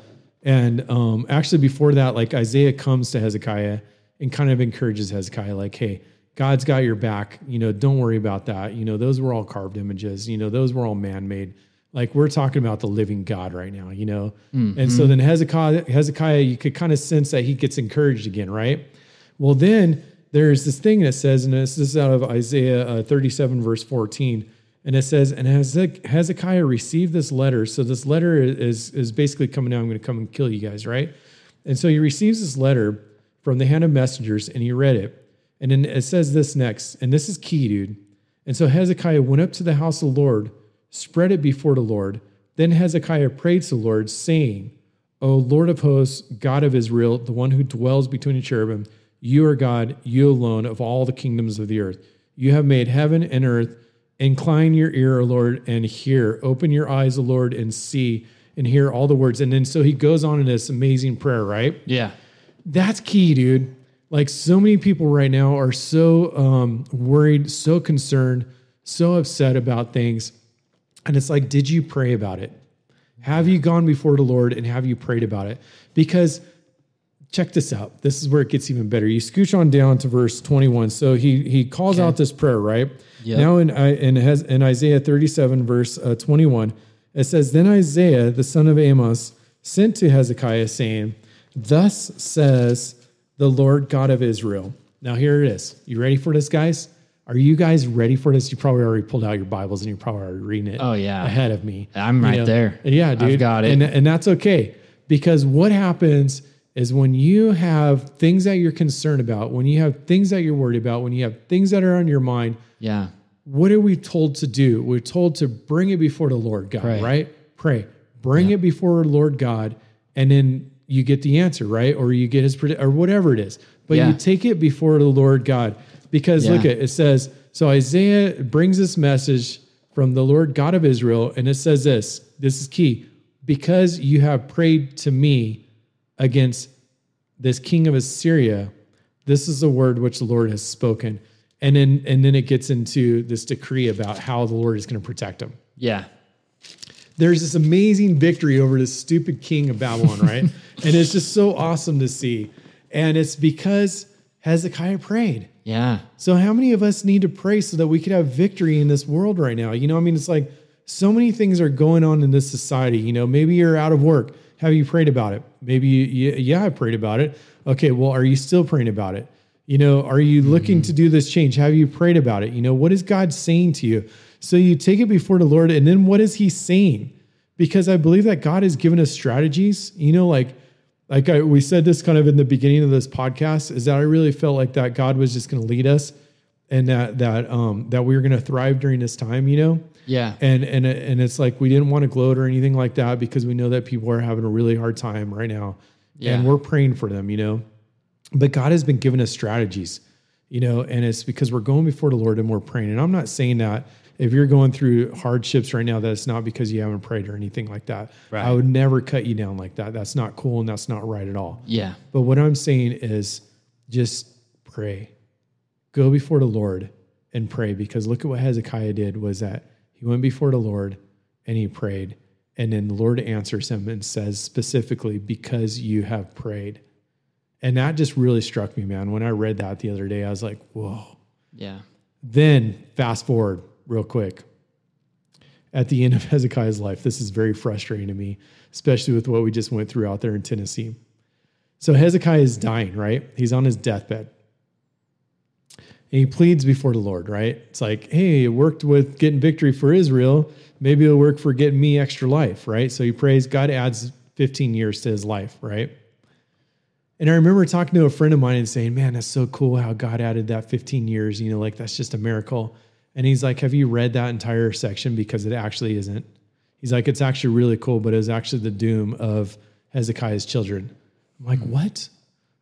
S2: and um, actually before that, like Isaiah comes to Hezekiah and kind of encourages Hezekiah, like, "Hey, God's got your back. You know, don't worry about that. You know, those were all carved images. You know, those were all man made. Like we're talking about the living God right now. You know." And so then Hezekiah, Hezekiah, you could kind of sense that he gets encouraged again, right? Well, then there's this thing that says, and this is out of Isaiah uh, 37, verse 14, and it says, And Hezek- Hezekiah received this letter. So this letter is, is basically coming out, I'm going to come and kill you guys, right? And so he receives this letter from the hand of messengers, and he read it. And then it says this next, and this is key, dude. And so Hezekiah went up to the house of the Lord, spread it before the Lord. Then Hezekiah prayed to the Lord, saying, O Lord of hosts, God of Israel, the one who dwells between the cherubim, you are God, you alone of all the kingdoms of the earth. You have made heaven and earth. Incline your ear, O Lord, and hear. Open your eyes, O Lord, and see and hear all the words. And then so he goes on in this amazing prayer, right?
S1: Yeah.
S2: that's key, dude. Like so many people right now are so um, worried, so concerned, so upset about things, and it's like, did you pray about it? Have you gone before the Lord and have you prayed about it? Because check this out. This is where it gets even better. You scooch on down to verse 21. So he he calls out this prayer, right?
S1: Yep.
S2: Now in I in, has, in Isaiah 37 verse uh, 21, it says, "Then Isaiah the son of Amos sent to Hezekiah saying, "Thus says the Lord God of Israel." Now here it is. You ready for this, guys? Are you guys ready for this? You probably already pulled out your Bibles and you're probably already reading it.
S1: Oh, yeah.
S2: ahead of me.
S1: I'm
S2: You
S1: right there.
S2: Yeah,
S1: I've
S2: dude.
S1: got it.
S2: And, and that's okay because what happens is when you have things that you're concerned about, when you have things that you're worried about, when you have things that are on your mind,
S1: Yeah.
S2: what are we told to do? We're told to bring it before the Lord God,
S1: Pray.
S2: right? Pray. Bring it before Lord God, and then you get the answer, right? Or you get his predict or whatever it is. But
S1: Yeah.
S2: you take it before the Lord God. Because look
S1: Yeah.
S2: at it says, so Isaiah brings this message from the Lord God of Israel, and it says this. This is key. Because you have prayed to me against this king of Assyria, this is the word which the Lord has spoken. And then and then it gets into this decree about how the Lord is going to protect him.
S1: Yeah.
S2: There's this amazing victory over this stupid king of Babylon, right? and it's just so awesome to see. And it's because Hezekiah prayed.
S1: Yeah.
S2: So how many of us need to pray so that we could have victory in this world right now? You know, I mean, it's like so many things are going on in this society. You know, maybe you're out of work. Have you prayed about it? Maybe you, you- yeah, I prayed about it. Okay, well, are you still praying about it? You know, are you looking to do this change? Have you prayed about it? You know, what is God saying to you? So you take it before the Lord, and then what is He saying? Because I believe that God has given us strategies. You know, like like I, we said this kind of in the beginning of this podcast is that I really felt like that God was just going to lead us and that that um that we were going to thrive during this time, you know.
S1: Yeah.
S2: And and it- and it's like we didn't want to gloat or anything like that because we know that people are having a really hard time right now.
S1: Yeah.
S2: And we're praying for them, you know. But God has been giving us strategies, you know, and it's because we're going before the Lord and we're praying. And I'm not saying that if you're going through hardships right now, that it's not because you haven't prayed or anything like that.
S1: Right.
S2: I would never cut you down like that. That's not cool and that's not right at all.
S1: Yeah.
S2: But what I'm saying is just pray. Go before the Lord and pray because look at what Hezekiah did was that he went before the Lord and he prayed and then the Lord answers him and says specifically because you have prayed. And that just really struck me, man. When I read that the other day, I was like, "Whoa."
S1: Yeah.
S2: Then fast forward real quick. At the end of Hezekiah's life, this is very frustrating to me, especially with what we just went through out there in Tennessee. So Hezekiah is dying, right? He's on his deathbed. And he pleads before the Lord, right? It's like, hey, it worked with getting victory for Israel. Maybe it'll work for getting me extra life, right? So he prays, God adds 15 years to his life, right? And I remember talking to a friend of mine and saying, man, that's so cool how God added that 15 years. You know, like that's just a miracle. And he's like, have you read that entire section? Because it actually isn't. He's like, it's actually really cool, but it's actually the doom of Hezekiah's children. I'm like, what?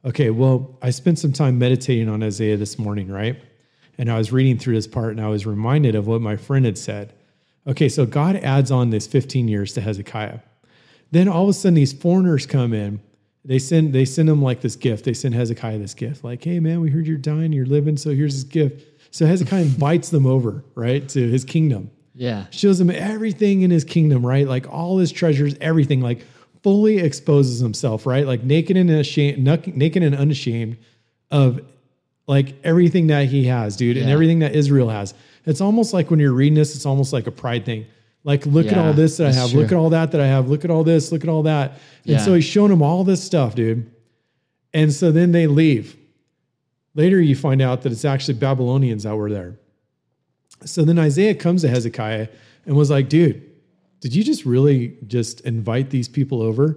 S2: Okay, well, I spent some time meditating on Isaiah this morning, right? And I was reading through this part and I was reminded of what my friend had said. Okay, so God adds on this 15 years to Hezekiah. Then all of a sudden these foreigners come in. They send they send him like this gift. They send Hezekiah this gift, like, hey man, we heard you're dying, you're living, so here's this gift. So Hezekiah invites them over, right, to his kingdom.
S1: Yeah.
S2: Shows him everything in his kingdom, right? Like all his treasures, everything. Like fully exposes himself, right? Like naked and ashamed, nuck- naked and unashamed of like everything that he has, dude, and
S1: Yeah.
S2: everything that Israel has. It's almost like when you're reading this, it's almost like a pride thing. Like, look at
S1: Yeah,
S2: all this that I
S1: that's
S2: have.
S1: true.
S2: Look at all that that I have. Look at all this. Look at all that. And
S1: Yeah.
S2: so he's showing him all this stuff, dude. And so then they leave. Later, you find out that it's actually Babylonians that were there. So then Isaiah comes to Hezekiah and was like, dude, did you just really just invite these people over?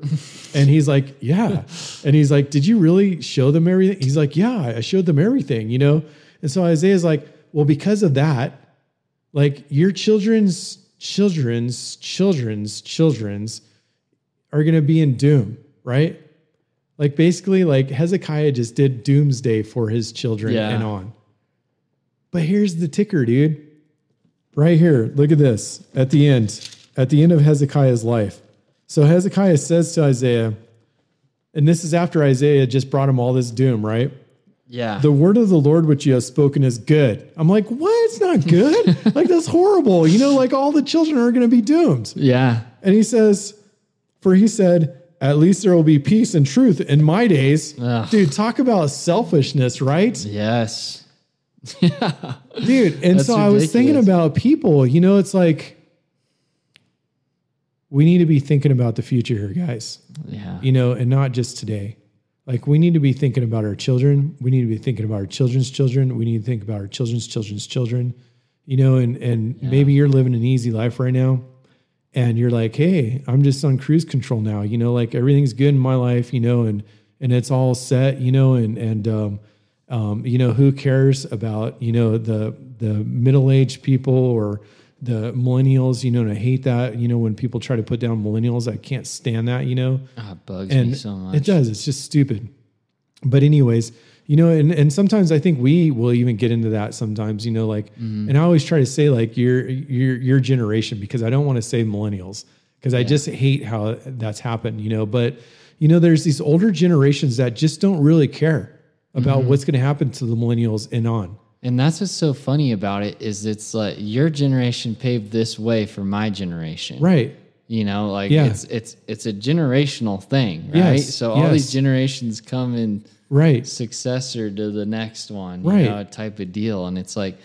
S2: and he's like, yeah. And he's like, did you really show them everything? He's like, yeah, I showed them everything, you know? And so Isaiah's like, well, because of that, like your children's children's children's children's are going to be in doom, right? Like basically like Hezekiah just did doomsday for his children
S1: Yeah.
S2: and on. But here's the ticker, dude. Right here, look at this. At the end, at the end of Hezekiah's life. So Hezekiah says to Isaiah, and this is after Isaiah just brought him all this doom, right?
S1: Yeah.
S2: The word of the Lord which you have spoken is good. I'm like, what? It's not good. like, that's horrible. You know, like all the children are going to be doomed.
S1: yeah.
S2: And he says, For he said, At least there will be peace and truth in my days.
S1: Ugh.
S2: Dude, talk about selfishness, right?
S1: Yes.
S2: Dude, and
S1: That's
S2: so I was thinking
S1: ridiculous.
S2: about people, you know, it's like we need to be thinking about the future here, guys,
S1: Yeah.
S2: you know, and not just today. Like we need to be thinking about our children. We need to be thinking about our children's children. We need to think about our children's children's children, you know, and and maybe you're living an easy life right now and you're like, "Hey, I'm just on cruise control now." You know, like everything's good in my life, you know, and and it's all set, you know, and and um um you know, who cares about, you know, the the middle-aged people or the millennials, you know, and I hate that, you know, when people try to put down millennials, I can't stand that, you know
S1: Ah, it bugs me
S2: and
S1: so much.
S2: it does it's just stupid but anyways you know and, and sometimes i think we will even get into that sometimes you know like
S1: Mm-hmm.
S2: and i always try to say like your your your generation because i don't want to say millennials because i just hate how that's happened you know but you know there's these older generations that just don't really care about
S1: Mm-hmm.
S2: what's going to happen to the millennials and on
S1: And that's what's so funny about it is it's like your generation paved this way for my generation.
S2: right
S1: You know, like
S2: Yeah.
S1: it's it's it's a generational thing, right?
S2: Yes,
S1: So all
S2: yes.
S1: these generations come in
S2: right
S1: successor to the next one, you
S2: Right.
S1: know, type of deal. And it's like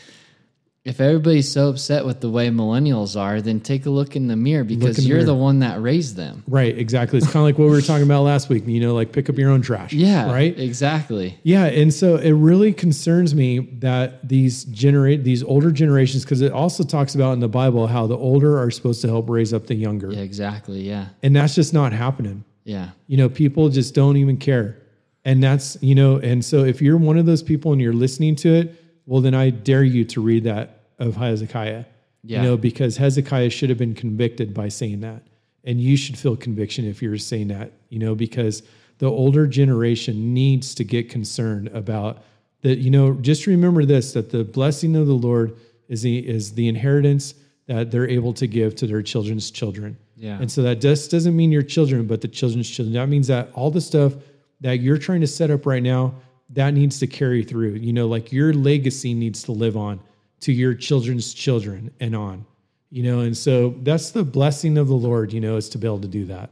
S1: if everybody's so upset with the way millennials are, then take a look in the mirror because
S2: in the
S1: you're the
S2: mirror.
S1: one that raised them.
S2: right exactly it's kind of like what we were talking about last week you know like pick up your own trash
S1: Yeah.
S2: right
S1: Exactly.
S2: Yeah, and so it really concerns me that these generate these older generations, because it also talks about in the Bible how the older are supposed to help raise up the younger,
S1: Yeah, exactly. Yeah.
S2: and that's just not happening.
S1: Yeah.
S2: You know, people just don't even care, and that's you know, and so if you're one of those people and you're listening to it, well, then I dare you to read that of Hezekiah.
S1: Yeah.
S2: You know, because Hezekiah should have been convicted by saying that, and you should feel conviction if you're saying that. You know, because the older generation needs to get concerned about that. You know, just remember this: that the blessing of the Lord is the is the inheritance that they're able to give to their children's children.
S1: Yeah.
S2: And so that just doesn't mean your children, but the children's children. That means that all the stuff that you're trying to set up right now, that needs to carry through. You know, like your legacy needs to live on to your children's children and on. You know, and so that's the blessing of the Lord, you know, is to be able to do that.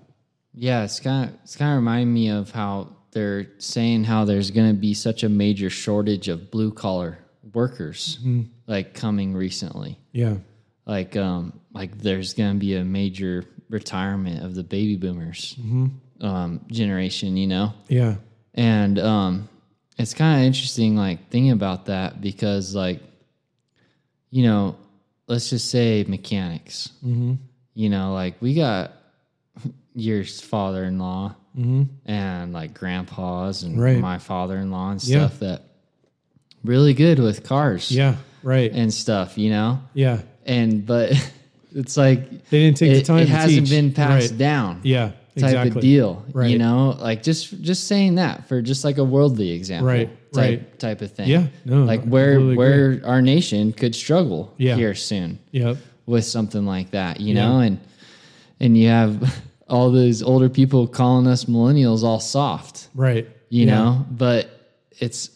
S1: Yeah, it's kind of it's kind of reminding me of how they're saying how there's going to be such a major shortage of blue collar workers like coming recently.
S2: Yeah.
S1: Like um like there's going to be a major retirement of the baby boomers um generation, you know.
S2: Yeah.
S1: And um, it's kind of interesting, like thinking about that because, like, you know, let's just say mechanics.
S2: Mm-hmm.
S1: You know, like we got your father-in-law and like grandpas and
S2: Mm-hmm. Right.
S1: my father-in-law and
S2: Yeah.
S1: stuff that really good with cars
S2: Yeah. Right.
S1: and stuff. You know,
S2: yeah.
S1: and but it's like
S2: They didn't take
S1: it,
S2: the time.
S1: it
S2: to
S1: hasn't
S2: teach.
S1: been passed
S2: Right.
S1: down
S2: Yeah.
S1: type
S2: Exactly.
S1: of deal you
S2: Right.
S1: know like just just saying that for just like a worldly example
S2: Right,
S1: type,
S2: right.
S1: type of thing
S2: Yeah, no,
S1: like
S2: I
S1: where
S2: totally
S1: where our nation could struggle
S2: Yeah.
S1: here soon
S2: Yep.
S1: with something like that you
S2: Yeah.
S1: know and and you have all those older people calling us millennials all soft
S2: Right.
S1: you
S2: Yeah.
S1: know but it's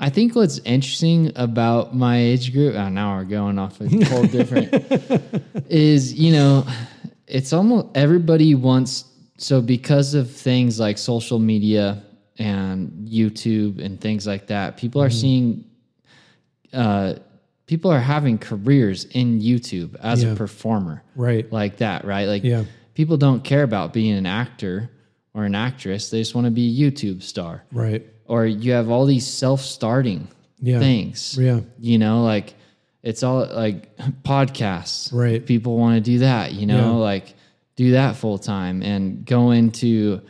S1: i think what's interesting about my age group oh, now we're going off a whole different is you know it's almost everybody wants so because of things like social media and youtube and things like that people
S2: Mm-hmm.
S1: are seeing uh people are having careers in youtube as
S2: Yeah.
S1: a performer
S2: Right.
S1: like that, right? Like
S2: Yeah.
S1: people don't care about being an actor or an actress. They just want to be a YouTube star.
S2: Right.
S1: Or you have all these self-starting
S2: Yeah.
S1: things.
S2: Yeah.
S1: You know, like it's all like podcasts.
S2: Right.
S1: People want to do that, you know,
S2: Yeah.
S1: like do that full time and go into,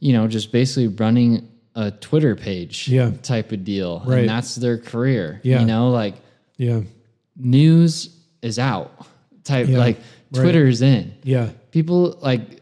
S1: you know, just basically running a Twitter page
S2: Yeah.
S1: type of deal.
S2: Right.
S1: And that's their career.
S2: Yeah.
S1: You know, like
S2: Yeah.
S1: news is out type
S2: Yeah.
S1: like
S2: Right.
S1: Twitter's in
S2: Yeah.
S1: people like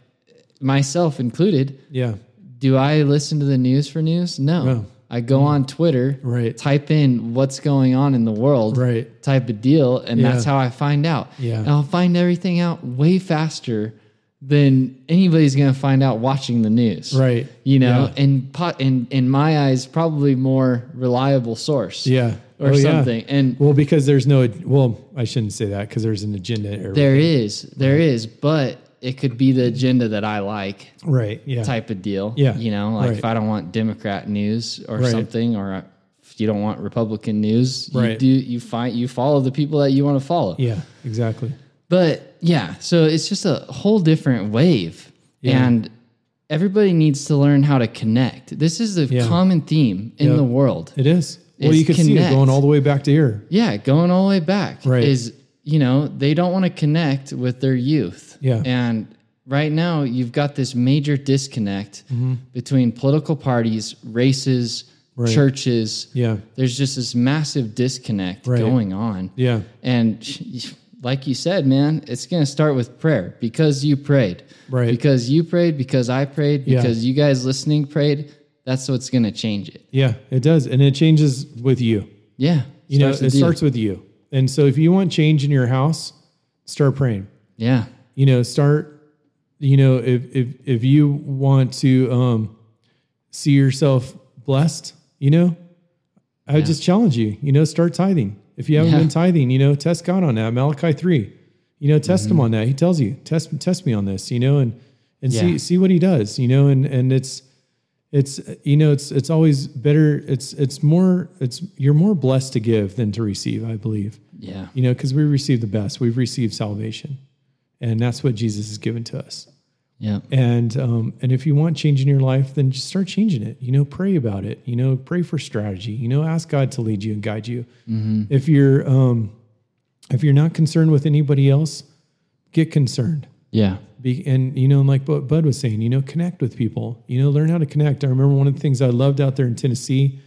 S1: myself included
S2: Yeah.
S1: do i listen to the news for news no,
S2: No.
S1: i go on twitter
S2: Right.
S1: type in what's going on in the world
S2: Right.
S1: type of deal and that's
S2: Yeah.
S1: how i find out
S2: Yeah.
S1: and i'll find everything out way faster than anybody's going to find out watching the news
S2: Right.
S1: you know
S2: Yeah.
S1: and pot in in my eyes probably more reliable source
S2: Yeah.
S1: or
S2: Oh, yeah.
S1: something and
S2: Well, because there's no, well, I shouldn't say that because there's an agenda. Or,
S1: there is there is but it could be the agenda that i like
S2: right. Yeah.
S1: type of deal.
S2: Yeah,
S1: You know, like
S2: right.
S1: if I don't want Democrat news or
S2: Right.
S1: something, or if you don't want Republican news, you
S2: Right.
S1: do you find you follow the people that you want to follow.
S2: Yeah. Exactly.
S1: But yeah, so it's just a whole different wave.
S2: Yeah.
S1: And everybody needs to learn how to connect. This is the
S2: Yeah.
S1: common theme in
S2: Yep.
S1: the world.
S2: It is. Well,
S1: It's
S2: you can see it
S1: connect.
S2: going all the way back to here.
S1: Yeah, going all the way back
S2: Right.
S1: is you know they don't want to connect with their youth.
S2: Yeah.
S1: and right now you've got this major disconnect
S2: Mm-hmm.
S1: between political parties, races, churches.
S2: Yeah.
S1: there's just this massive disconnect
S2: Right.
S1: going on.
S2: Yeah.
S1: And like you said, man, it's going to start with prayer because you prayed.
S2: Right.
S1: Because you prayed, because I prayed,
S2: Yeah.
S1: because you guys listening prayed. That's what's going to change it.
S2: Yeah. It does. And it changes with you.
S1: Yeah.
S2: You know,
S1: Starts with
S2: it
S1: you.
S2: starts with you. And so if you want change in your house, start praying.
S1: Yeah.
S2: You know, start, you know, if if if you want to um see yourself blessed, you know, I would just challenge you, you know, start tithing. If you haven't
S1: Yeah.
S2: been tithing, you know, test God on that. Malachi 3. You know, test
S1: Mm-hmm.
S2: him on that. He tells you, test test me on this, you know, and and
S1: Yeah.
S2: see see what he does, you know, and and it's it's you know it's it's always better it's it's more it's you're more blessed to give than to receive i believe
S1: Yeah.
S2: you know because we receive the best we've received salvation and that's what jesus has given to us
S1: Yeah.
S2: and um, and if you want change in your life then just start changing it you know pray about it you know pray for strategy you know ask god to lead you and guide you if you're um, if you're not concerned with anybody else get concerned
S1: Yeah.
S2: be, and you know, and like what Bud was saying, you know, connect with people. You know, learn how to connect. I remember one of the things I loved out there in Tennessee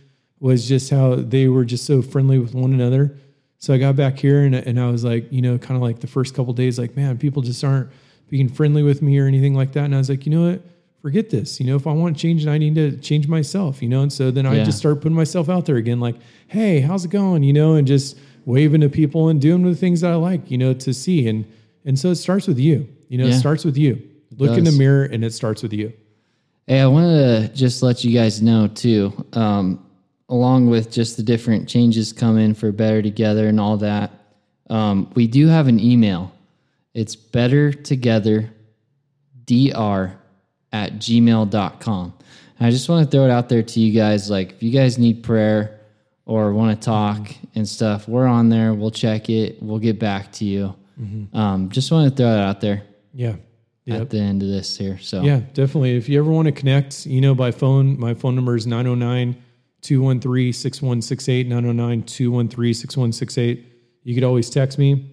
S2: was just how they were just so friendly with one another. So I got back here and and I was like, you know, kind of like the first couple days, like man, people just aren't being friendly with me or anything like that. And I was like, you know what? Forget this. You know, if I want change, I need to change myself. You know, and so then I
S1: Yeah.
S2: just started putting myself out there again, like, hey, how's it going? You know, and just waving to people and doing the things that I like. You know, to see and and so it starts with you. You know, it
S1: Yeah.
S2: starts with you. Look in the
S1: does.
S2: mirror and it starts with you.
S1: Hey, I wanted to just let you guys know too, um, along with just the different changes coming for Better Together and all that, um, we do have an email. It's better together dr at gmail.com. And I just want to throw it out there to you guys. Like, if you guys need prayer or want to talk
S2: Mm-hmm.
S1: and stuff, we're on there. We'll check it. We'll get back to you. Um, just want to throw it out there.
S2: Yeah. Mm-hmm. Yep.
S1: at the end of this here. So
S2: Yeah, definitely. If you ever want to connect, you know, by phone, my phone number is 909 213 6168, 909 213 6168. You could always text me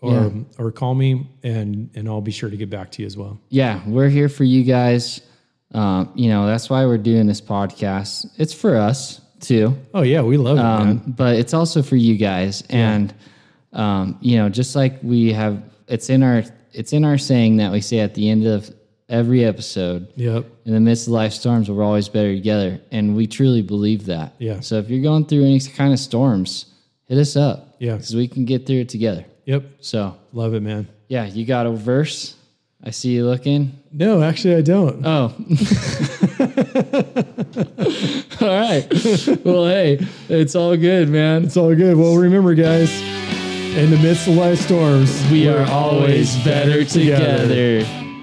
S2: or
S1: Yeah.
S2: or call me and and I'll be sure to get back to you as well.
S1: yeah, we're here for you guys. Um, you know, that's why we're doing this podcast. It's for us too.
S2: Oh yeah, we love it, man.
S1: um, but it's also for you guys and um, you know just like we have it's in our it's in our saying that we say at the end of every episode
S2: Yep.
S1: in the midst of life's storms we're always better together and we truly believe that
S2: Yeah.
S1: so if you're going through any kind of storms hit us up
S2: Yeah.
S1: because we can get through it together
S2: Yep.
S1: so
S2: Love it, man.
S1: yeah you got a verse i see you looking
S2: No, actually I don't.
S1: Oh. all right. Well, hey, it's all good, man.
S2: It's all good. Well, remember guys, in the midst of life storms,
S1: We
S2: we're
S1: are always better together.